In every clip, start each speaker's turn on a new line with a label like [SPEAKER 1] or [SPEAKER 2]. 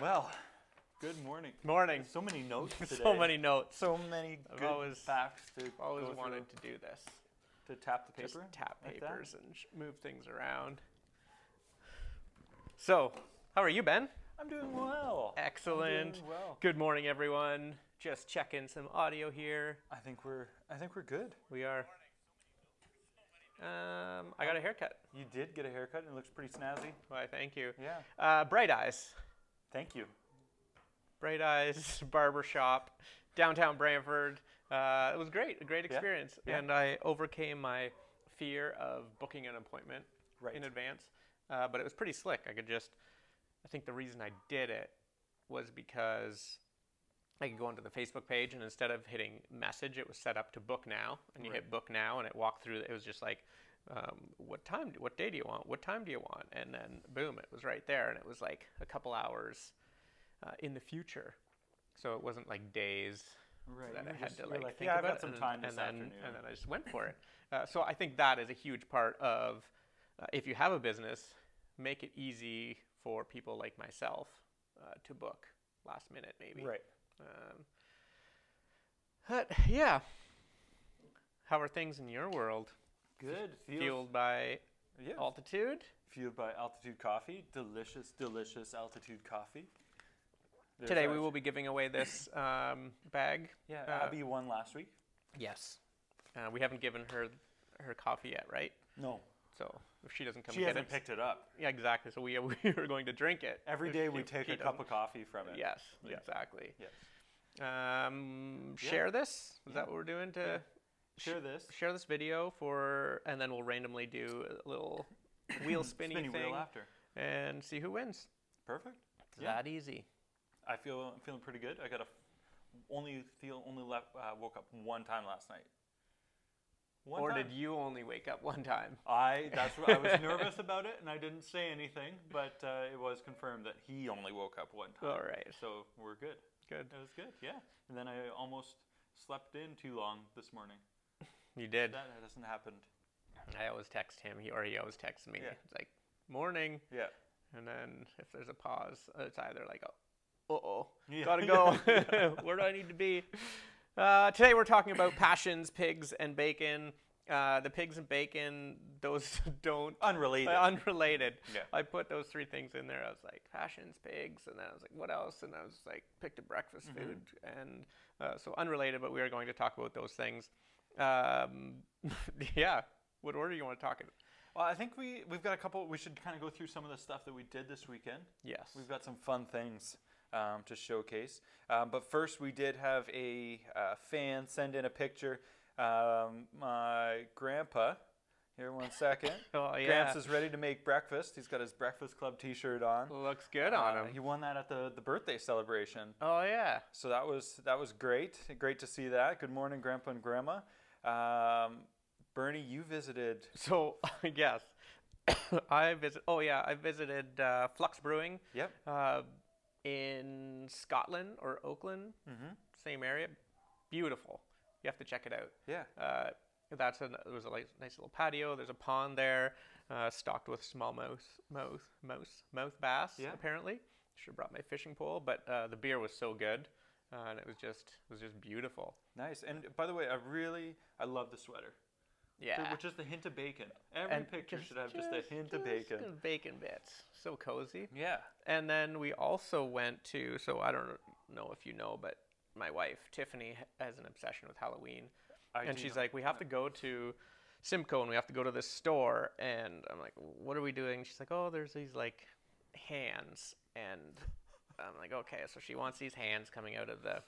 [SPEAKER 1] Well, good morning.
[SPEAKER 2] Morning.
[SPEAKER 1] So many notes today.
[SPEAKER 2] So many notes.
[SPEAKER 1] So many
[SPEAKER 2] I've
[SPEAKER 1] good
[SPEAKER 2] always-
[SPEAKER 1] facts to
[SPEAKER 2] Always
[SPEAKER 1] go
[SPEAKER 2] wanted to do this.
[SPEAKER 1] through, to tap the paper.
[SPEAKER 2] Just tap
[SPEAKER 1] like that?
[SPEAKER 2] papers and sh- move things around. So, how are you, Ben?
[SPEAKER 1] I'm doing well. I'm
[SPEAKER 2] Excellent.
[SPEAKER 1] doing well.
[SPEAKER 2] Good morning, everyone. Just checking some audio here.
[SPEAKER 1] I think we're I think we're good.
[SPEAKER 2] We are. Um, I got a haircut.
[SPEAKER 1] You did get a haircut and it looks pretty snazzy.
[SPEAKER 2] Why, thank you.
[SPEAKER 1] Yeah.
[SPEAKER 2] Uh, Bright Eyes.
[SPEAKER 1] Thank you.
[SPEAKER 2] Bright Eyes Barbershop, downtown Brantford. Uh, it was great, a great experience.
[SPEAKER 1] yeah.
[SPEAKER 2] And I overcame my fear of booking an appointment
[SPEAKER 1] Right.
[SPEAKER 2] in advance. Uh, but it was pretty slick. I could just, I think the reason I did it was because I could go onto the Facebook page and instead of hitting message, it was set up to book now. And you
[SPEAKER 1] Right.
[SPEAKER 2] hit book now and it walked through. It was just like, um, what time, do, what day do you want? What time do you want? And then boom, it was right there. And it was like a couple hours uh, in the future. So it wasn't like days
[SPEAKER 1] Right.
[SPEAKER 2] that
[SPEAKER 1] you
[SPEAKER 2] I
[SPEAKER 1] were
[SPEAKER 2] had
[SPEAKER 1] just-
[SPEAKER 2] to
[SPEAKER 1] you were
[SPEAKER 2] like, think
[SPEAKER 1] yeah,
[SPEAKER 2] about
[SPEAKER 1] I've got
[SPEAKER 2] it,
[SPEAKER 1] some
[SPEAKER 2] and-
[SPEAKER 1] time
[SPEAKER 2] and,
[SPEAKER 1] this
[SPEAKER 2] then,
[SPEAKER 1] afternoon.
[SPEAKER 2] And then I just went for it. Uh, so I think that is a huge part of uh, if you have a business, make it easy for people like myself uh, to book last minute, maybe.
[SPEAKER 1] right.
[SPEAKER 2] Um, but yeah, how are things in your world?
[SPEAKER 1] Good. Feels,
[SPEAKER 2] Fueled by
[SPEAKER 1] Yeah.
[SPEAKER 2] altitude?
[SPEAKER 1] Fueled by Altitude Coffee. Delicious, delicious Altitude Coffee. There's
[SPEAKER 2] Today
[SPEAKER 1] our-
[SPEAKER 2] we will be giving away this um, bag.
[SPEAKER 1] Yeah,
[SPEAKER 2] uh,
[SPEAKER 1] Abby won last week.
[SPEAKER 2] Yes. Uh, we haven't given her her coffee yet, right?
[SPEAKER 1] No.
[SPEAKER 2] So if she doesn't come
[SPEAKER 1] She
[SPEAKER 2] get
[SPEAKER 1] hasn't
[SPEAKER 2] it,
[SPEAKER 1] picked it up.
[SPEAKER 2] yeah, exactly. So we we were going to drink it
[SPEAKER 1] Every
[SPEAKER 2] if
[SPEAKER 1] day
[SPEAKER 2] she-
[SPEAKER 1] we
[SPEAKER 2] if
[SPEAKER 1] take
[SPEAKER 2] she
[SPEAKER 1] a cup
[SPEAKER 2] doesn't.
[SPEAKER 1] of coffee from it.
[SPEAKER 2] Yes,
[SPEAKER 1] Yeah.
[SPEAKER 2] exactly.
[SPEAKER 1] Yes.
[SPEAKER 2] Um,
[SPEAKER 1] Yeah.
[SPEAKER 2] Share this. Is
[SPEAKER 1] Yeah.
[SPEAKER 2] that what we're doing? To
[SPEAKER 1] Share this.
[SPEAKER 2] share this video for, and then we'll randomly do a little wheel spinny
[SPEAKER 1] Spinny
[SPEAKER 2] thing
[SPEAKER 1] wheel after.
[SPEAKER 2] and see who wins.
[SPEAKER 1] Perfect.
[SPEAKER 2] It's
[SPEAKER 1] Yeah.
[SPEAKER 2] that easy.
[SPEAKER 1] I feel I'm feeling pretty good. I got a only feel only left uh, woke up one time last night. One
[SPEAKER 2] or
[SPEAKER 1] time.
[SPEAKER 2] did you only wake up one time?
[SPEAKER 1] I that's what I was nervous about it and I didn't say anything, but uh, it was confirmed that he only woke up one time.
[SPEAKER 2] All right.
[SPEAKER 1] So we're good.
[SPEAKER 2] Good.
[SPEAKER 1] It was good, yeah. And then I almost slept in too long this morning.
[SPEAKER 2] You did.
[SPEAKER 1] That hasn't happened.
[SPEAKER 2] I always text him, he, or he always texts me.
[SPEAKER 1] Yeah.
[SPEAKER 2] It's like, morning.
[SPEAKER 1] Yeah.
[SPEAKER 2] And then if there's a pause, it's either like, oh, uh-oh,
[SPEAKER 1] Yeah.
[SPEAKER 2] gotta go. Where do I need to be? Uh, today we're talking about passions, pigs, and bacon. Uh, the pigs and bacon, those don't
[SPEAKER 1] Unrelated.
[SPEAKER 2] uh, unrelated.
[SPEAKER 1] Yeah.
[SPEAKER 2] I put those three things in there. I was like passions, pigs, and then I was like, what else? And I was like, picked a breakfast
[SPEAKER 1] Mm-hmm.
[SPEAKER 2] food, and uh, so unrelated. But we are going to talk about those things. Um, yeah. What order you want to talk in?
[SPEAKER 1] well, I think we we've got a couple we should kind of go through some of the stuff that we did this weekend.
[SPEAKER 2] Yes.
[SPEAKER 1] We've got some fun things um, to showcase. Um, but first, we did have a uh, fan send in a picture. Um, my grandpa, here one second.
[SPEAKER 2] Oh yeah.
[SPEAKER 1] Gramps is ready to make breakfast. He's got his Breakfast Club t shirt on.
[SPEAKER 2] Looks good on
[SPEAKER 1] Uh,
[SPEAKER 2] him.
[SPEAKER 1] he won that at the, the birthday celebration.
[SPEAKER 2] Oh yeah.
[SPEAKER 1] So that was that was great. Great to see that. Good morning, Grandpa and Grandma. Um, Bernie, you visited.
[SPEAKER 2] So yes, I visit. Oh yeah, I visited uh, Flux Brewing
[SPEAKER 1] Yep.
[SPEAKER 2] uh, in Scotland or Oakland,
[SPEAKER 1] Mhm.
[SPEAKER 2] same area. Beautiful. You have to check it out.
[SPEAKER 1] Yeah.
[SPEAKER 2] Uh, that's a it was a li- nice little patio. There's a pond there, uh, stocked with smallmouth, mouth, mouse, mouth bass.
[SPEAKER 1] Yeah.
[SPEAKER 2] Apparently, should have brought my fishing pole, but uh, the beer was so good, uh, and it was just it was just beautiful.
[SPEAKER 1] Nice. And by the way, I really I love the sweater.
[SPEAKER 2] Yeah.
[SPEAKER 1] Which is the hint of bacon. Every picture should have just a hint of
[SPEAKER 2] just
[SPEAKER 1] bacon.
[SPEAKER 2] a Bacon bits. So cozy.
[SPEAKER 1] Yeah.
[SPEAKER 2] And then we also went to, so I don't know if you know, but my wife, Tiffany, h- has an obsession with Halloween.
[SPEAKER 1] I
[SPEAKER 2] and
[SPEAKER 1] do
[SPEAKER 2] she's
[SPEAKER 1] know.
[SPEAKER 2] like, we have to go to Simcoe and we have to go to this store. And I'm like, what are we doing? She's like, oh, there's these like hands. And I'm like, okay. So she wants these hands coming out of the,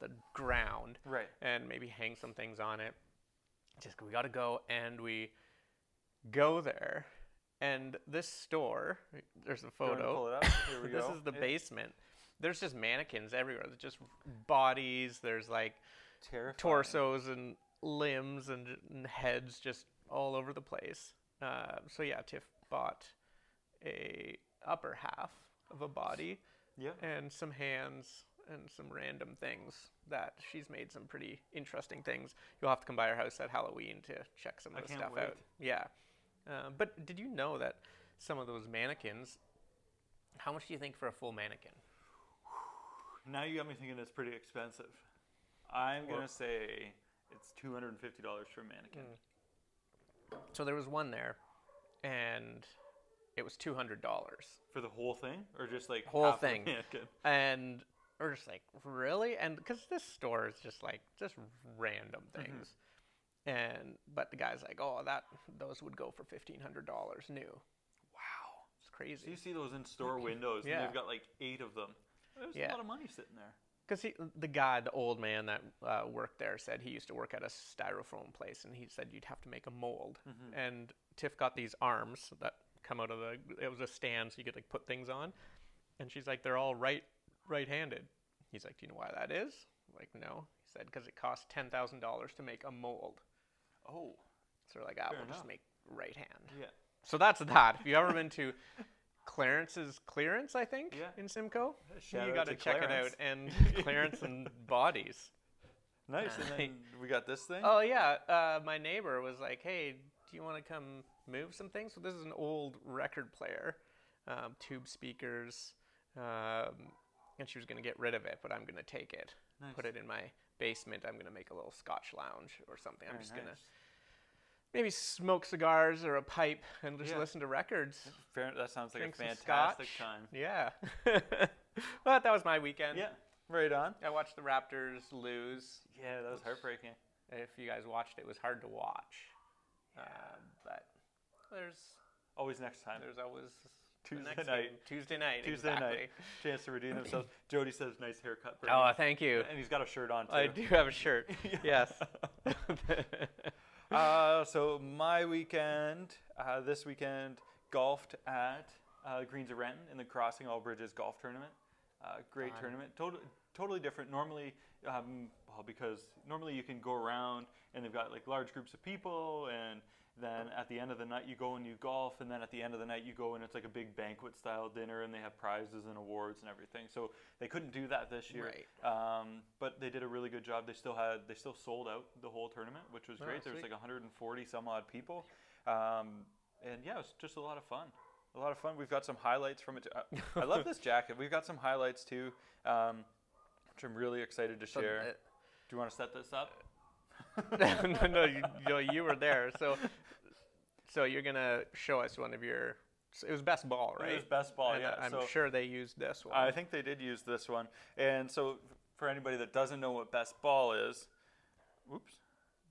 [SPEAKER 2] the ground
[SPEAKER 1] Right.
[SPEAKER 2] and maybe hang some things on it. Just we gotta go, and we go there, and this store. There's a
[SPEAKER 1] Do you wanna
[SPEAKER 2] photo.
[SPEAKER 1] Pull it up. Here we
[SPEAKER 2] this
[SPEAKER 1] go.
[SPEAKER 2] is the
[SPEAKER 1] It's
[SPEAKER 2] basement. There's just mannequins everywhere. There's just bodies. There's like
[SPEAKER 1] terrifying.
[SPEAKER 2] torsos and limbs and, and heads just all over the place. Uh, so yeah, Tiff bought a upper half of a body
[SPEAKER 1] Yeah.
[SPEAKER 2] and some hands and some random things that she's made some pretty interesting things. You'll have to come by her house at Halloween to check some
[SPEAKER 1] I
[SPEAKER 2] of the
[SPEAKER 1] can't
[SPEAKER 2] stuff
[SPEAKER 1] wait.
[SPEAKER 2] out. Yeah. Uh, but did you know that some of those mannequins How much do you think for a full mannequin?
[SPEAKER 1] Now you got me thinking it's pretty expensive. I'm
[SPEAKER 2] Well-
[SPEAKER 1] gonna say it's two hundred and fifty dollars for a mannequin.
[SPEAKER 2] Mm. So there was one there, and it was two hundred dollars.
[SPEAKER 1] For the whole thing, or just like
[SPEAKER 2] Whole
[SPEAKER 1] half a
[SPEAKER 2] thing.
[SPEAKER 1] mannequin?
[SPEAKER 2] and we're just like really and because this store is just like just random things and but the guy's like oh that those would go for $1500 new
[SPEAKER 1] Wow.
[SPEAKER 2] it's
[SPEAKER 1] So you
[SPEAKER 2] crazy
[SPEAKER 1] see those in store windows, and
[SPEAKER 2] Yeah.
[SPEAKER 1] they've got like eight of them. There's
[SPEAKER 2] Yeah.
[SPEAKER 1] a lot of money sitting there.
[SPEAKER 2] because the guy the old man that uh, worked there said he used to work at a styrofoam place and he said you'd have to make a mold
[SPEAKER 1] Mm-hmm.
[SPEAKER 2] and tiff got these arms that come out of the it was a stand so you could like put things on and she's like they're all right right-handed he's like do you know why that is I'm like no he said because it costs $10000 to make a mold
[SPEAKER 1] Oh,
[SPEAKER 2] So we're like, ah,
[SPEAKER 1] Fair
[SPEAKER 2] we'll just
[SPEAKER 1] enough.
[SPEAKER 2] make right hand.
[SPEAKER 1] yeah.
[SPEAKER 2] So that's that. If you've ever been to Clarence's Clearance, I think,
[SPEAKER 1] Yeah.
[SPEAKER 2] in Simcoe,
[SPEAKER 1] Shout
[SPEAKER 2] you
[SPEAKER 1] out
[SPEAKER 2] got to
[SPEAKER 1] to
[SPEAKER 2] check
[SPEAKER 1] Clarence.
[SPEAKER 2] it out. And Clarence and Bodies.
[SPEAKER 1] Nice. And then we got this thing.
[SPEAKER 2] Oh, yeah. Uh, my neighbor was like, hey, do you want to come move some things? So this is an old record player, um, tube speakers. Um, and she was going to get rid of it, but I'm going to take it, put
[SPEAKER 1] Nice.
[SPEAKER 2] it in my basement. I'm going to make a little scotch lounge or something. I'm
[SPEAKER 1] Very
[SPEAKER 2] just going to
[SPEAKER 1] nice.
[SPEAKER 2] maybe smoke cigars or a pipe and just
[SPEAKER 1] Yeah.
[SPEAKER 2] listen to records.
[SPEAKER 1] Fair, that sounds like a
[SPEAKER 2] drink some
[SPEAKER 1] fantastic
[SPEAKER 2] scotch.
[SPEAKER 1] time.
[SPEAKER 2] Yeah. but that was my weekend.
[SPEAKER 1] Yeah. Right on.
[SPEAKER 2] I watched the Raptors lose.
[SPEAKER 1] Yeah, that was heartbreaking.
[SPEAKER 2] If you guys watched it, it was hard to watch. Uh, but there's
[SPEAKER 1] Always next time.
[SPEAKER 2] there's always the
[SPEAKER 1] Tuesday
[SPEAKER 2] next
[SPEAKER 1] night.
[SPEAKER 2] game. Tuesday night.
[SPEAKER 1] Tuesday
[SPEAKER 2] exactly.
[SPEAKER 1] night, chance to redeem themselves. Jody says, "Nice haircut." Bernie."
[SPEAKER 2] Oh, thank you.
[SPEAKER 1] and he's got a shirt on too.
[SPEAKER 2] I do have a shirt. Yes.
[SPEAKER 1] uh, so my weekend, uh, this weekend, golfed at uh, Greens of Renton in the Crossing All Bridges Golf Tournament. Uh, great
[SPEAKER 2] Fun.
[SPEAKER 1] tournament, totally totally different. Normally, um, well, because normally you can go around and they've got like large groups of people, and then at the end of the night you go and you golf, and then at the end of the night you go and it's like a big banquet style dinner, and they have prizes and awards and everything. So they couldn't do that this year.
[SPEAKER 2] Right.
[SPEAKER 1] Um, but they did a really good job. They still had they still sold out the whole tournament, which was
[SPEAKER 2] Oh,
[SPEAKER 1] great. There was
[SPEAKER 2] sweet.
[SPEAKER 1] like 140 some odd people, um, and yeah, it was just a lot of fun. A lot of fun. We've got some highlights from it. Uh, I love this jacket. We've got some highlights too, um, which I'm really excited to
[SPEAKER 2] So,
[SPEAKER 1] share.
[SPEAKER 2] uh,
[SPEAKER 1] Do you want to set this up?
[SPEAKER 2] no, no, you, no, you were there. So, so you're gonna show us one of your. so It was best ball,
[SPEAKER 1] It
[SPEAKER 2] right?
[SPEAKER 1] was best ball,
[SPEAKER 2] And
[SPEAKER 1] yeah,
[SPEAKER 2] I'm
[SPEAKER 1] so-
[SPEAKER 2] sure they used this one.
[SPEAKER 1] I think they did use this one. And so, for anybody that doesn't know what best ball is, oops,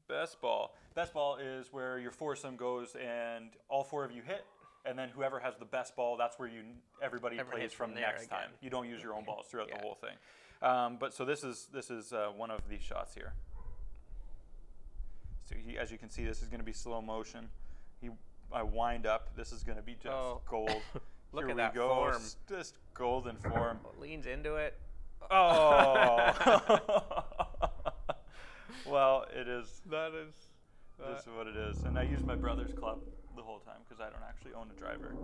[SPEAKER 1] best ball. Best ball is where your foursome goes and all four of you hit, and then whoever has the best ball, that's where you everybody
[SPEAKER 2] Everyone
[SPEAKER 1] plays
[SPEAKER 2] hits
[SPEAKER 1] from,
[SPEAKER 2] from there
[SPEAKER 1] next time.
[SPEAKER 2] again.
[SPEAKER 1] You don't use your own balls throughout
[SPEAKER 2] Yeah.
[SPEAKER 1] the whole thing. Um, but so this is this is uh, one of these shots here. So he, as you can see, this is going to be slow motion. He, I wind up. This is going to be just
[SPEAKER 2] Oh.
[SPEAKER 1] gold.
[SPEAKER 2] Look
[SPEAKER 1] Here
[SPEAKER 2] at
[SPEAKER 1] we
[SPEAKER 2] that
[SPEAKER 1] go.
[SPEAKER 2] form.
[SPEAKER 1] s- Just golden form.
[SPEAKER 2] leans into it.
[SPEAKER 1] Oh. well, it is.
[SPEAKER 2] That is.
[SPEAKER 1] This is what it is. And I used my brother's club the whole time because I don't actually own a driver.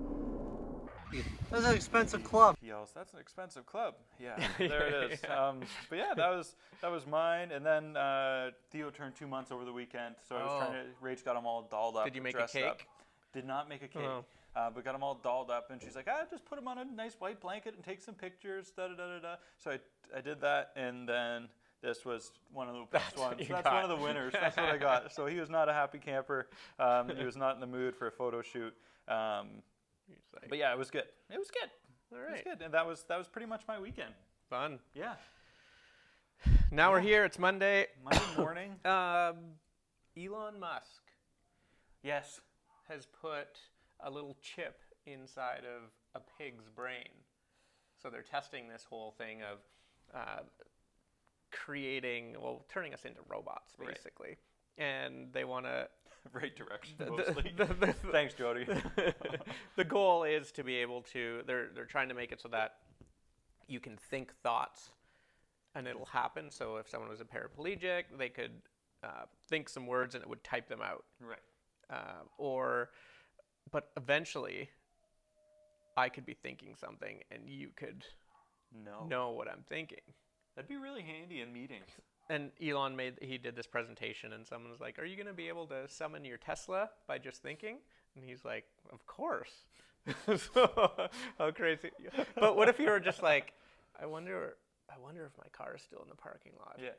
[SPEAKER 3] That's an expensive club.
[SPEAKER 1] He yells, "That's an expensive club." Yeah, there it is. Um, but yeah, that was that was mine. And then uh, Theo turned two months over the weekend, so I was
[SPEAKER 2] Oh.
[SPEAKER 1] trying to. Rach got him all dolled up.
[SPEAKER 2] Did you make a
[SPEAKER 1] dressed up.
[SPEAKER 2] cake?
[SPEAKER 1] Did not make a cake.
[SPEAKER 2] Oh.
[SPEAKER 1] Uh, but got him all dolled up, and she's like, "Ah, just put him on a nice white blanket and take some pictures." Da da da da da. So I, I did that, and then this was one of the best
[SPEAKER 2] That's what
[SPEAKER 1] ones.
[SPEAKER 2] you
[SPEAKER 1] That's one
[SPEAKER 2] got.
[SPEAKER 1] of the winners. That's what I got. So he was not a happy camper. Um, he was not in the mood for a photo shoot. Um,
[SPEAKER 2] He's like,
[SPEAKER 1] but yeah, it was good. It was good.
[SPEAKER 2] all
[SPEAKER 1] It was
[SPEAKER 2] right,
[SPEAKER 1] good, and that was that was pretty much my weekend.
[SPEAKER 2] fun.
[SPEAKER 1] Yeah,
[SPEAKER 2] Now we're here. It's Monday.
[SPEAKER 1] Monday morning.
[SPEAKER 2] Um, Elon Musk
[SPEAKER 1] yes,
[SPEAKER 2] has put a little chip inside of a pig's brain. So they're testing this whole thing of uh, creating, well, turning us into robots,
[SPEAKER 1] Right.
[SPEAKER 2] basically. And they want to.
[SPEAKER 1] right direction
[SPEAKER 2] The- the-
[SPEAKER 1] mostly.
[SPEAKER 2] the- the-
[SPEAKER 1] Thanks, Jody.
[SPEAKER 2] the goal is to be able to. They're they're trying to make it so that you can think thoughts, and it'll happen. So if someone was a paraplegic, they could uh, think some words and it would type them out
[SPEAKER 1] right.
[SPEAKER 2] uh, or but eventually i could be thinking something and you could
[SPEAKER 1] No.
[SPEAKER 2] know what i'm thinking
[SPEAKER 1] That'd be really handy in meetings.
[SPEAKER 2] and elon made he did this presentation and someone was like are you going to be able to summon your tesla by just thinking and he's like of course so, how crazy! But what if you were just like, I wonder, I wonder if my car is still in the parking lot.
[SPEAKER 1] Yeah.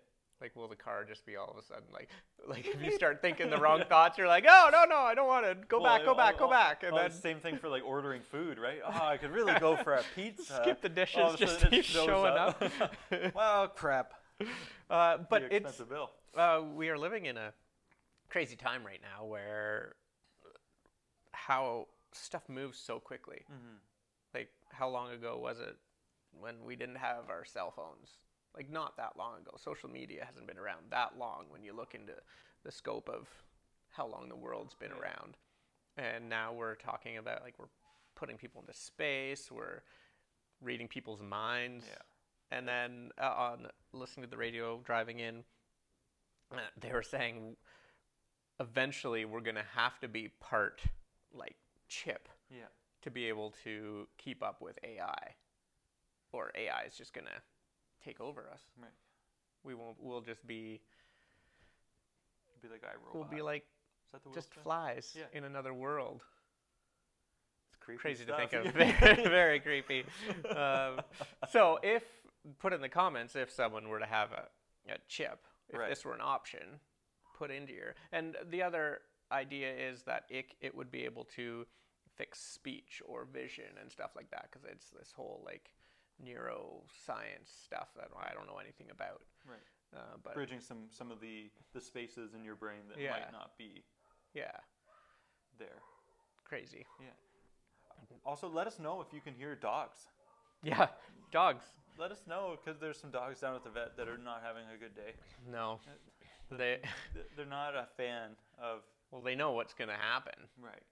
[SPEAKER 2] Like, will the car just be all of a sudden like, like if you start thinking the wrong thoughts, you're like, oh no no, I don't want it. Go
[SPEAKER 1] Well,
[SPEAKER 2] back, go
[SPEAKER 1] I-
[SPEAKER 2] back,
[SPEAKER 1] I-
[SPEAKER 2] go
[SPEAKER 1] I-
[SPEAKER 2] back, and
[SPEAKER 1] well,
[SPEAKER 2] then
[SPEAKER 1] it's the same thing for like ordering food, right? Oh, I could really go for a pizza.
[SPEAKER 2] skip the dishes,
[SPEAKER 1] All of a
[SPEAKER 2] just
[SPEAKER 1] sudden it
[SPEAKER 2] keep
[SPEAKER 1] shows
[SPEAKER 2] showing up.
[SPEAKER 1] well, crap.
[SPEAKER 2] uh, but
[SPEAKER 1] Pretty
[SPEAKER 2] it's
[SPEAKER 1] expensive bill.
[SPEAKER 2] uh, we are living in a crazy time right now where how stuff moves so quickly.
[SPEAKER 1] Mm-hmm.
[SPEAKER 2] Like, how long ago was it when we didn't have our cell phones? Like, not that long ago. Social media hasn't been around that long when you look into the scope of how long the world's been around. And now we're talking about, like, we're putting people into space, we're reading people's minds.
[SPEAKER 1] Yeah.
[SPEAKER 2] And then uh, on listening to the radio driving in, uh, they were saying eventually we're going to have to be part like chip
[SPEAKER 1] Yeah.
[SPEAKER 2] to be able to keep up with AI or AI is just going to take over us.
[SPEAKER 1] Right.
[SPEAKER 2] We won't we'll just be
[SPEAKER 1] It'd be like iRobot.
[SPEAKER 2] we'll be like
[SPEAKER 1] Is that the
[SPEAKER 2] just
[SPEAKER 1] wheelchair?
[SPEAKER 2] flies
[SPEAKER 1] Yeah.
[SPEAKER 2] in another world.
[SPEAKER 1] It's creepy
[SPEAKER 2] Crazy to
[SPEAKER 1] stuff.
[SPEAKER 2] think of.
[SPEAKER 1] Yeah.
[SPEAKER 2] very, very creepy. Um, so if put in the comments if someone were to have a, a chip, if
[SPEAKER 1] Right.
[SPEAKER 2] this were an option, put into your. And the other idea is that it it would be able to fix speech or vision and stuff like that because it's this whole like neuroscience stuff that I don't know anything about.
[SPEAKER 1] Right.
[SPEAKER 2] Uh, but
[SPEAKER 1] Bridging some some of the the spaces in your brain that
[SPEAKER 2] Yeah.
[SPEAKER 1] might not be
[SPEAKER 2] yeah,
[SPEAKER 1] there.
[SPEAKER 2] crazy.
[SPEAKER 1] Also, let us know if you can hear dogs.
[SPEAKER 2] Yeah, dogs.
[SPEAKER 1] Let us know because there's some dogs down at the vet that are not having a good day.
[SPEAKER 2] No,
[SPEAKER 1] Uh,
[SPEAKER 2] they
[SPEAKER 1] Th- They're not a fan of
[SPEAKER 2] well they know what's gonna happen.
[SPEAKER 1] right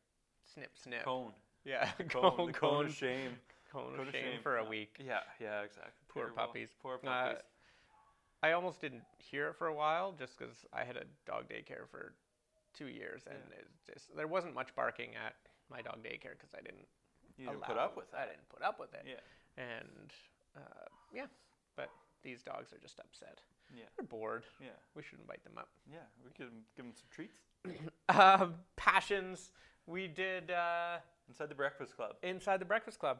[SPEAKER 2] Snip, snip.
[SPEAKER 1] cone.
[SPEAKER 2] Yeah,
[SPEAKER 1] Cone,
[SPEAKER 2] cone,
[SPEAKER 1] the cone
[SPEAKER 2] cone,
[SPEAKER 1] of shame.
[SPEAKER 2] cone of
[SPEAKER 1] Cone of
[SPEAKER 2] shame,
[SPEAKER 1] shame,
[SPEAKER 2] for a
[SPEAKER 1] yeah.
[SPEAKER 2] week.
[SPEAKER 1] Yeah, yeah, exactly.
[SPEAKER 2] Poor
[SPEAKER 1] Very well.
[SPEAKER 2] puppies.
[SPEAKER 1] Poor
[SPEAKER 2] Uh,
[SPEAKER 1] puppies.
[SPEAKER 2] I almost didn't hear it for a while just because I had a dog daycare for two years, and it just there wasn't much barking at my dog daycare because I didn't
[SPEAKER 1] you didn't
[SPEAKER 2] allow
[SPEAKER 1] put up with
[SPEAKER 2] I
[SPEAKER 1] that.
[SPEAKER 2] didn't put up with it.
[SPEAKER 1] Yeah,
[SPEAKER 2] And uh, yeah, but these dogs are just upset.
[SPEAKER 1] yeah,
[SPEAKER 2] They're bored.
[SPEAKER 1] yeah,
[SPEAKER 2] We should invite them up.
[SPEAKER 1] yeah. We could give them some treats
[SPEAKER 2] Um, passions. We did. Uh,
[SPEAKER 1] inside the Breakfast Club.
[SPEAKER 2] inside the Breakfast Club.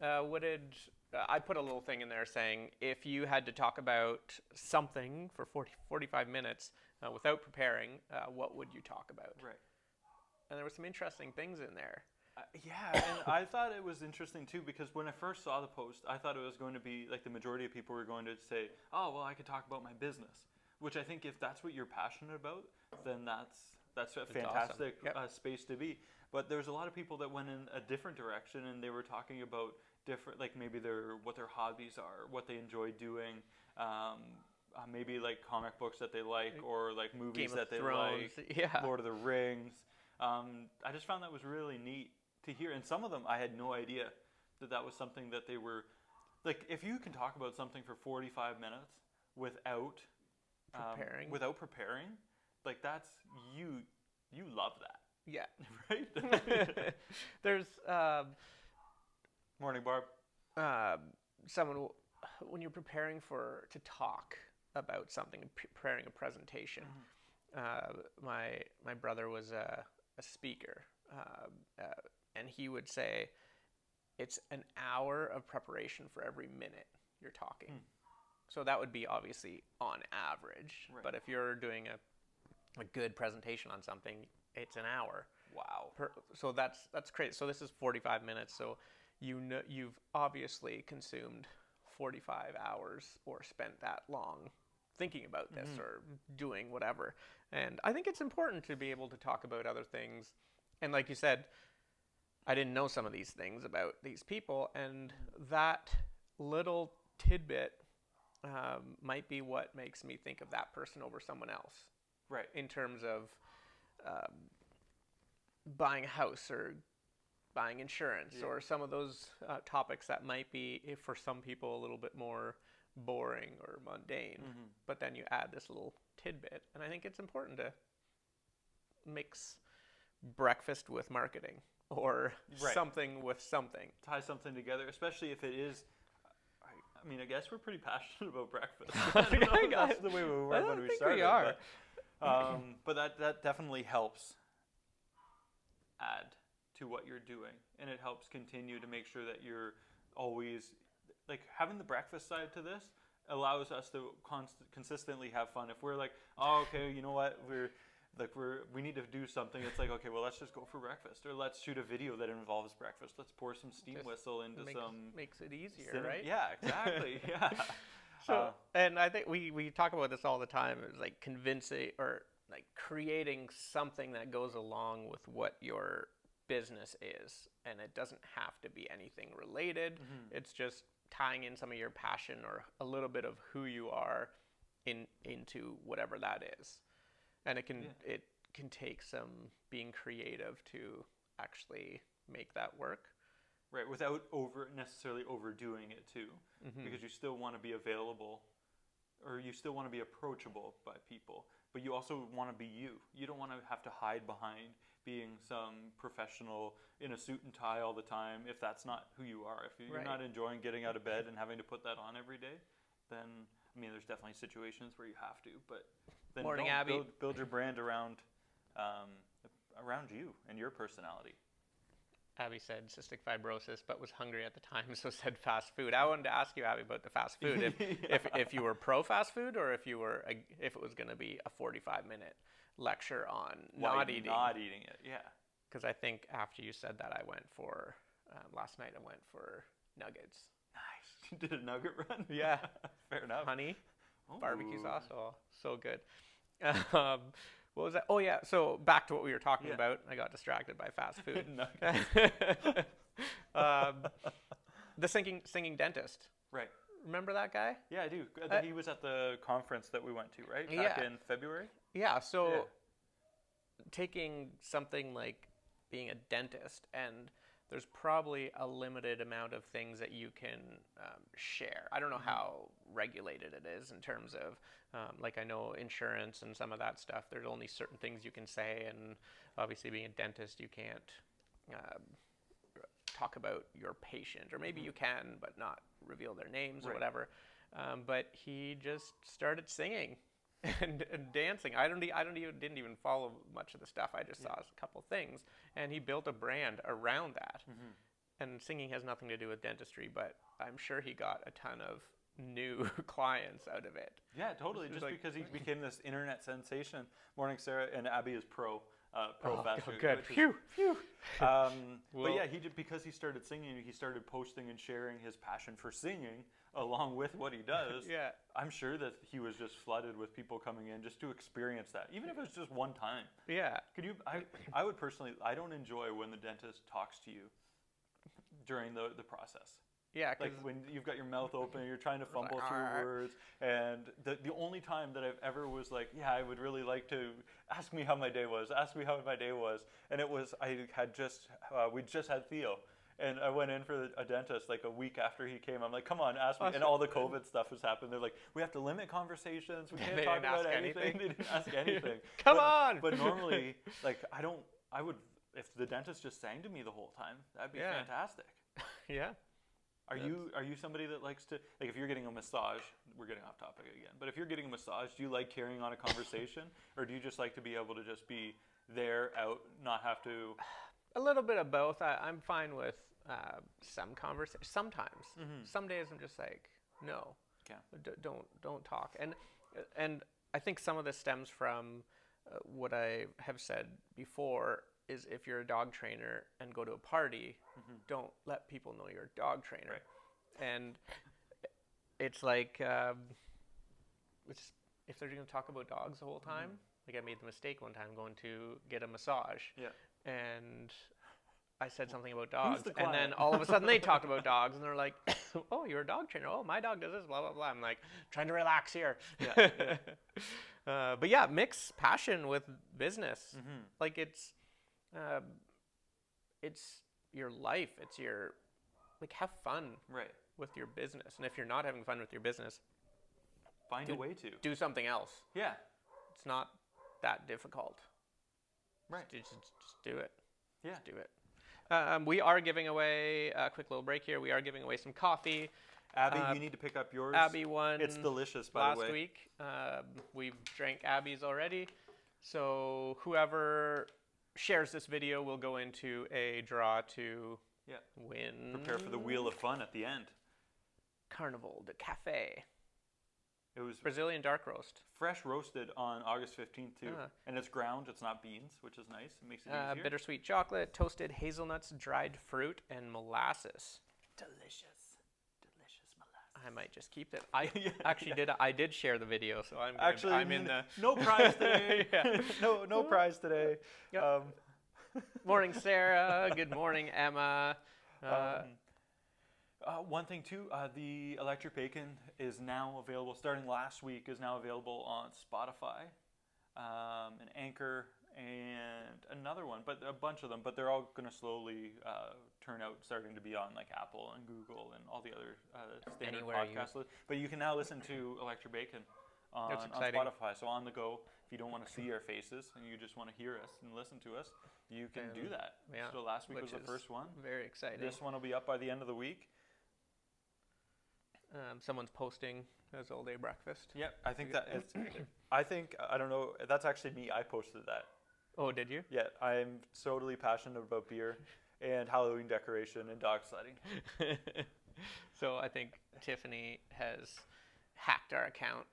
[SPEAKER 2] Uh, what did uh, I put a little thing in there saying if you had to talk about something for 40, 45 minutes uh, without preparing, uh, what would you talk about?
[SPEAKER 1] Right.
[SPEAKER 2] And there were some interesting things in there.
[SPEAKER 1] Uh, yeah, and I thought it was interesting too because when I first saw the post, I thought it was going to be like the majority of people were going to say, "Oh, well, I could talk about my business," which I think if that's what you're passionate about, then that's that's a
[SPEAKER 2] awesome.
[SPEAKER 1] fantastic
[SPEAKER 2] Yep.
[SPEAKER 1] uh, space to be. But there's a lot of people that went in a different direction and they were talking about different, like maybe their what their hobbies are, what they enjoy doing. Um, uh, maybe like comic books that they like, or like movies
[SPEAKER 2] Game
[SPEAKER 1] that
[SPEAKER 2] of
[SPEAKER 1] they
[SPEAKER 2] Thrones.
[SPEAKER 1] like,
[SPEAKER 2] yeah.
[SPEAKER 1] Lord of the Rings. Um, I just found that was really neat to hear. And some of them, I had no idea that that was something that they were like. If you can talk about something for forty-five minutes without um,
[SPEAKER 2] Preparing.
[SPEAKER 1] without preparing, like that's you. You love that,
[SPEAKER 2] Yeah.
[SPEAKER 1] right?
[SPEAKER 2] There's um,
[SPEAKER 1] Morning, Barb.
[SPEAKER 2] um, someone w- when you're preparing for to talk about something, pre- preparing a presentation.
[SPEAKER 1] Mm-hmm.
[SPEAKER 2] Uh, my my brother was a, a speaker, um, uh, and he would say it's an hour of preparation for every minute you're talking.
[SPEAKER 1] Hmm.
[SPEAKER 2] So that would be obviously on average,
[SPEAKER 1] Right.
[SPEAKER 2] but if you're doing a a good presentation on something, it's an hour
[SPEAKER 1] Wow.
[SPEAKER 2] per, so that's that's crazy. So this is 45 minutes. So you know you've obviously consumed 45 hours or spent that long thinking about this or doing whatever. And I think it's important to be able to talk about other things. And like you said, I didn't know some of these things about these people, and that little tidbit um, might be what makes me think of that person over someone else
[SPEAKER 1] Right.
[SPEAKER 2] in terms of um, buying a house or buying insurance
[SPEAKER 1] Yeah.
[SPEAKER 2] or some of those uh, topics that might be eh, for some people a little bit more boring or mundane
[SPEAKER 1] Mm-hmm.
[SPEAKER 2] but then you add this little tidbit and i think it's important to mix breakfast with marketing or
[SPEAKER 1] Right.
[SPEAKER 2] something with something
[SPEAKER 1] Tie something together, especially if it is. I, I mean, I guess we're pretty passionate about breakfast.
[SPEAKER 2] I
[SPEAKER 1] I do
[SPEAKER 2] got-
[SPEAKER 1] that's the way we were
[SPEAKER 2] I
[SPEAKER 1] when
[SPEAKER 2] don't
[SPEAKER 1] we
[SPEAKER 2] think we
[SPEAKER 1] started.
[SPEAKER 2] are.
[SPEAKER 1] But, um, but that that definitely helps add to what you're doing, and it helps continue to make sure that you're always like having the breakfast side to this allows us to const- consistently have fun. If we're like, oh, okay, you know what, we're like we're we need to do something. It's like, okay, well, let's just go for breakfast, or let's shoot a video that involves breakfast. Let's pour some steam
[SPEAKER 2] Just
[SPEAKER 1] whistle into
[SPEAKER 2] makes,
[SPEAKER 1] some.
[SPEAKER 2] makes it easier,
[SPEAKER 1] cin-
[SPEAKER 2] right?
[SPEAKER 1] um, Yeah, exactly. yeah.
[SPEAKER 2] So,
[SPEAKER 1] Uh,
[SPEAKER 2] and I think we, we talk about this all the time. It's like convincing or like creating something that goes along with what your business is, and it doesn't have to be anything related.
[SPEAKER 1] Mm-hmm.
[SPEAKER 2] It's just tying in some of your passion or a little bit of who you are in into whatever that is, and it can
[SPEAKER 1] Yeah.
[SPEAKER 2] it can take some being creative to actually make that work.
[SPEAKER 1] Right, without over necessarily overdoing it too,
[SPEAKER 2] Hmm.
[SPEAKER 1] because you still want to be available, or you still want to be approachable by people, but you also want to be you. You don't want to have to hide behind being some professional in a suit and tie all the time if that's not who you are. If you're
[SPEAKER 2] Right.
[SPEAKER 1] not enjoying getting out of bed and having to put that on every day, then I mean, there's definitely situations where you have to, but then
[SPEAKER 2] Morning,
[SPEAKER 1] don't
[SPEAKER 2] Abby.
[SPEAKER 1] Build, build your brand around um, around you and your personality.
[SPEAKER 2] Abby said cystic fibrosis, but was hungry at the time, so said fast food. I wanted to ask you, Abby, about the fast food. If, if, if you were pro fast food, or if you were ag- if it was going to be a forty five minute lecture on
[SPEAKER 1] Why
[SPEAKER 2] not eating,
[SPEAKER 1] Not eating it. Yeah.
[SPEAKER 2] because I think after you said that, I went for um, last night. I went for nuggets,
[SPEAKER 1] Nice. You did a nugget run?
[SPEAKER 2] Yeah.
[SPEAKER 1] Fair enough.
[SPEAKER 2] honey, barbecue
[SPEAKER 1] Ooh.
[SPEAKER 2] sauce. Oh, so good. Um, what was that? Oh yeah. So back to what we were talking
[SPEAKER 1] Yeah.
[SPEAKER 2] about. I got distracted by fast food.
[SPEAKER 1] Nuggets.
[SPEAKER 2] um, the singing singing dentist.
[SPEAKER 1] Right.
[SPEAKER 2] Remember that guy?
[SPEAKER 1] Yeah, I do. Uh,
[SPEAKER 2] Uh,
[SPEAKER 1] he was at the conference that we went to, right? Back
[SPEAKER 2] yeah.
[SPEAKER 1] in February?
[SPEAKER 2] Yeah. So
[SPEAKER 1] Yeah.
[SPEAKER 2] taking something like being a dentist, and there's probably a limited amount of things that you can um, share. I don't know how regulated it is in terms of, um, like, I know insurance and some of that stuff. There's only certain things you can say, and obviously, being a dentist, you can't. Um, talk about your patient, or maybe you can, but not reveal their names or
[SPEAKER 1] Right.
[SPEAKER 2] whatever. Um, but he just started singing and, and dancing. I don't, e- I don't even didn't even follow much of the stuff. I just saw a couple things, and he built a brand around that. And singing has nothing to do with dentistry, but I'm sure he got a ton of new clients out of it.
[SPEAKER 1] Yeah, totally. Just
[SPEAKER 2] like-
[SPEAKER 1] because he became this internet sensation. Morning, Sarah. And Abby is pro. Uh, pro
[SPEAKER 2] Oh,
[SPEAKER 1] fast
[SPEAKER 2] go-
[SPEAKER 1] food,
[SPEAKER 2] good.
[SPEAKER 1] which is-
[SPEAKER 2] Phew.
[SPEAKER 1] Um, but
[SPEAKER 2] Well-
[SPEAKER 1] yeah, he did because he started singing. He started posting and sharing his passion for singing along with what he does.
[SPEAKER 2] Yeah.
[SPEAKER 1] I'm sure that he was just flooded with people coming in just to experience that, even if it was just one time.
[SPEAKER 2] Yeah.
[SPEAKER 1] Could you? I, I would personally. I don't enjoy when the dentist talks to you during the the process.
[SPEAKER 2] Yeah. 'cause-
[SPEAKER 1] Like when you've got your mouth open, you're trying to fumble
[SPEAKER 2] "Arr."
[SPEAKER 1] through words, and the the only time that I've ever was like, yeah, I would really like to ask me how my day was, ask me how my day was, and it was I had just uh, we just had Theo. And I went in for a dentist like a week after he came. I'm like, come on, ask me.
[SPEAKER 2] Oh,
[SPEAKER 1] And all the COVID stuff has happened. They're like, we have to limit conversations. We can't
[SPEAKER 2] They
[SPEAKER 1] talk
[SPEAKER 2] didn't ask
[SPEAKER 1] about anything.
[SPEAKER 2] anything.
[SPEAKER 1] They didn't ask anything.
[SPEAKER 2] Come
[SPEAKER 1] But-
[SPEAKER 2] on!
[SPEAKER 1] But normally, like, I don't. I would if the dentist just sang to me the whole time. That'd be
[SPEAKER 2] Yeah.
[SPEAKER 1] fantastic.
[SPEAKER 2] yeah.
[SPEAKER 1] Are you are you somebody that likes to like if you're getting a massage? We're getting off topic again, but if you're getting a massage, do you like carrying on a conversation, or do you just like to be able to just be there, out, not have to?
[SPEAKER 2] a little bit of both. I, I'm fine with uh, some conversation. Sometimes, some days I'm just like, no,
[SPEAKER 1] Yeah.
[SPEAKER 2] d- don't don't talk. And and I think some of this stems from uh, what I have said before is if you're a dog trainer and go to a party, don't let people know you're a dog trainer. And it's like um, it's, if they're going to talk about dogs the whole time. Like I made the mistake one time going to get a massage
[SPEAKER 1] Yeah.
[SPEAKER 2] and I said something about dogs,
[SPEAKER 1] the
[SPEAKER 2] and then
[SPEAKER 1] client?
[SPEAKER 2] all of a sudden they talked about dogs, and they're like, "Oh, you're a dog trainer. Oh, my dog does this. Blah blah blah." I'm like trying to relax here. uh, but yeah, mix passion with business.
[SPEAKER 1] Mm-hmm.
[SPEAKER 2] Like it's, um, it's your life. It's your like have fun
[SPEAKER 1] Right.
[SPEAKER 2] with your business, and if you're not having fun with your business,
[SPEAKER 1] Find a way to.
[SPEAKER 2] do something else.
[SPEAKER 1] Yeah.
[SPEAKER 2] It's not that difficult.
[SPEAKER 1] Right.
[SPEAKER 2] Just, just, just do it.
[SPEAKER 1] Yeah.
[SPEAKER 2] do it. Um, we are giving away a quick little break here. We are giving away some coffee.
[SPEAKER 1] Abby,
[SPEAKER 2] Uh,
[SPEAKER 1] you need to pick up yours.
[SPEAKER 2] Abby won
[SPEAKER 1] It's delicious, by
[SPEAKER 2] last
[SPEAKER 1] the way.
[SPEAKER 2] week. Um, we've drank Abby's already, so whoever shares this video will go into a draw to
[SPEAKER 1] Yeah.
[SPEAKER 2] win.
[SPEAKER 1] Prepare for the wheel of fun at the end.
[SPEAKER 2] Carnival de Cafe
[SPEAKER 1] It was
[SPEAKER 2] Brazilian dark roast.
[SPEAKER 1] fresh roasted on August 15th too,
[SPEAKER 2] Ah.
[SPEAKER 1] and it's ground. It's not beans, which is nice. It makes it
[SPEAKER 2] Uh,
[SPEAKER 1] easier.
[SPEAKER 2] bittersweet chocolate, toasted hazelnuts, dried fruit, and molasses.
[SPEAKER 1] Delicious, delicious molasses.
[SPEAKER 2] I might just keep it. I
[SPEAKER 1] Yeah,
[SPEAKER 2] actually did. I did share the video, so I'm gonna-
[SPEAKER 1] Actually,
[SPEAKER 2] I'm in the
[SPEAKER 1] n- no prize today.
[SPEAKER 2] Yeah.
[SPEAKER 1] no, no prize today.
[SPEAKER 2] Yep.
[SPEAKER 1] Um,
[SPEAKER 2] morning, Sarah. Good morning, Emma. Uh,
[SPEAKER 1] um, uh, one thing too, uh, the electric bacon is now available. Starting last week, is now available on Spotify, um, and Anchor, and another one, but a bunch of them. But they're all going to slowly uh, turn out, starting to be on like Apple and Google and all the other uh, standard
[SPEAKER 2] Anywhere you-
[SPEAKER 1] podcast. li- But you can now listen to electric bacon on, on
[SPEAKER 2] exciting.
[SPEAKER 1] Spotify. So on the go, if you don't want to see our faces and you just want to hear us and listen to us, you can do
[SPEAKER 2] And-
[SPEAKER 1] that.
[SPEAKER 2] yeah,
[SPEAKER 1] So last week was
[SPEAKER 2] which
[SPEAKER 1] the
[SPEAKER 2] is
[SPEAKER 1] first one.
[SPEAKER 2] very exciting.
[SPEAKER 1] Um, This one will be up by the end of the week.
[SPEAKER 2] um, someone's posting as all day breakfast.
[SPEAKER 1] Yep, I think that is. I think I don't know. That's actually me. I posted that.
[SPEAKER 2] Oh, did you?
[SPEAKER 1] Yeah, I'm totally passionate about beer and Halloween decoration and dog sledding.
[SPEAKER 2] so I think Tiffany has hacked our account.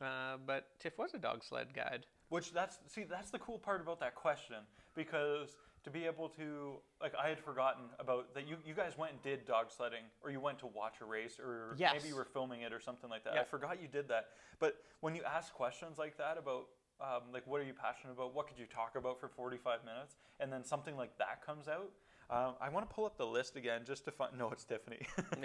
[SPEAKER 2] Uh, but Tiff was a dog sled guide.
[SPEAKER 1] Which that's see that's the cool part about that question because to be able to like I had forgotten about that you, you guys went and did dog sledding or you went to watch a race or maybe
[SPEAKER 2] Yes.
[SPEAKER 1] you were filming it or something like that. I
[SPEAKER 2] Yeah.
[SPEAKER 1] forgot you did that. But when you ask questions like that about um, like what are you passionate about? What could you talk about for 45 minutes? And then something like that comes out. Um, I want to pull up the list again just to find. No, it's Tiffany.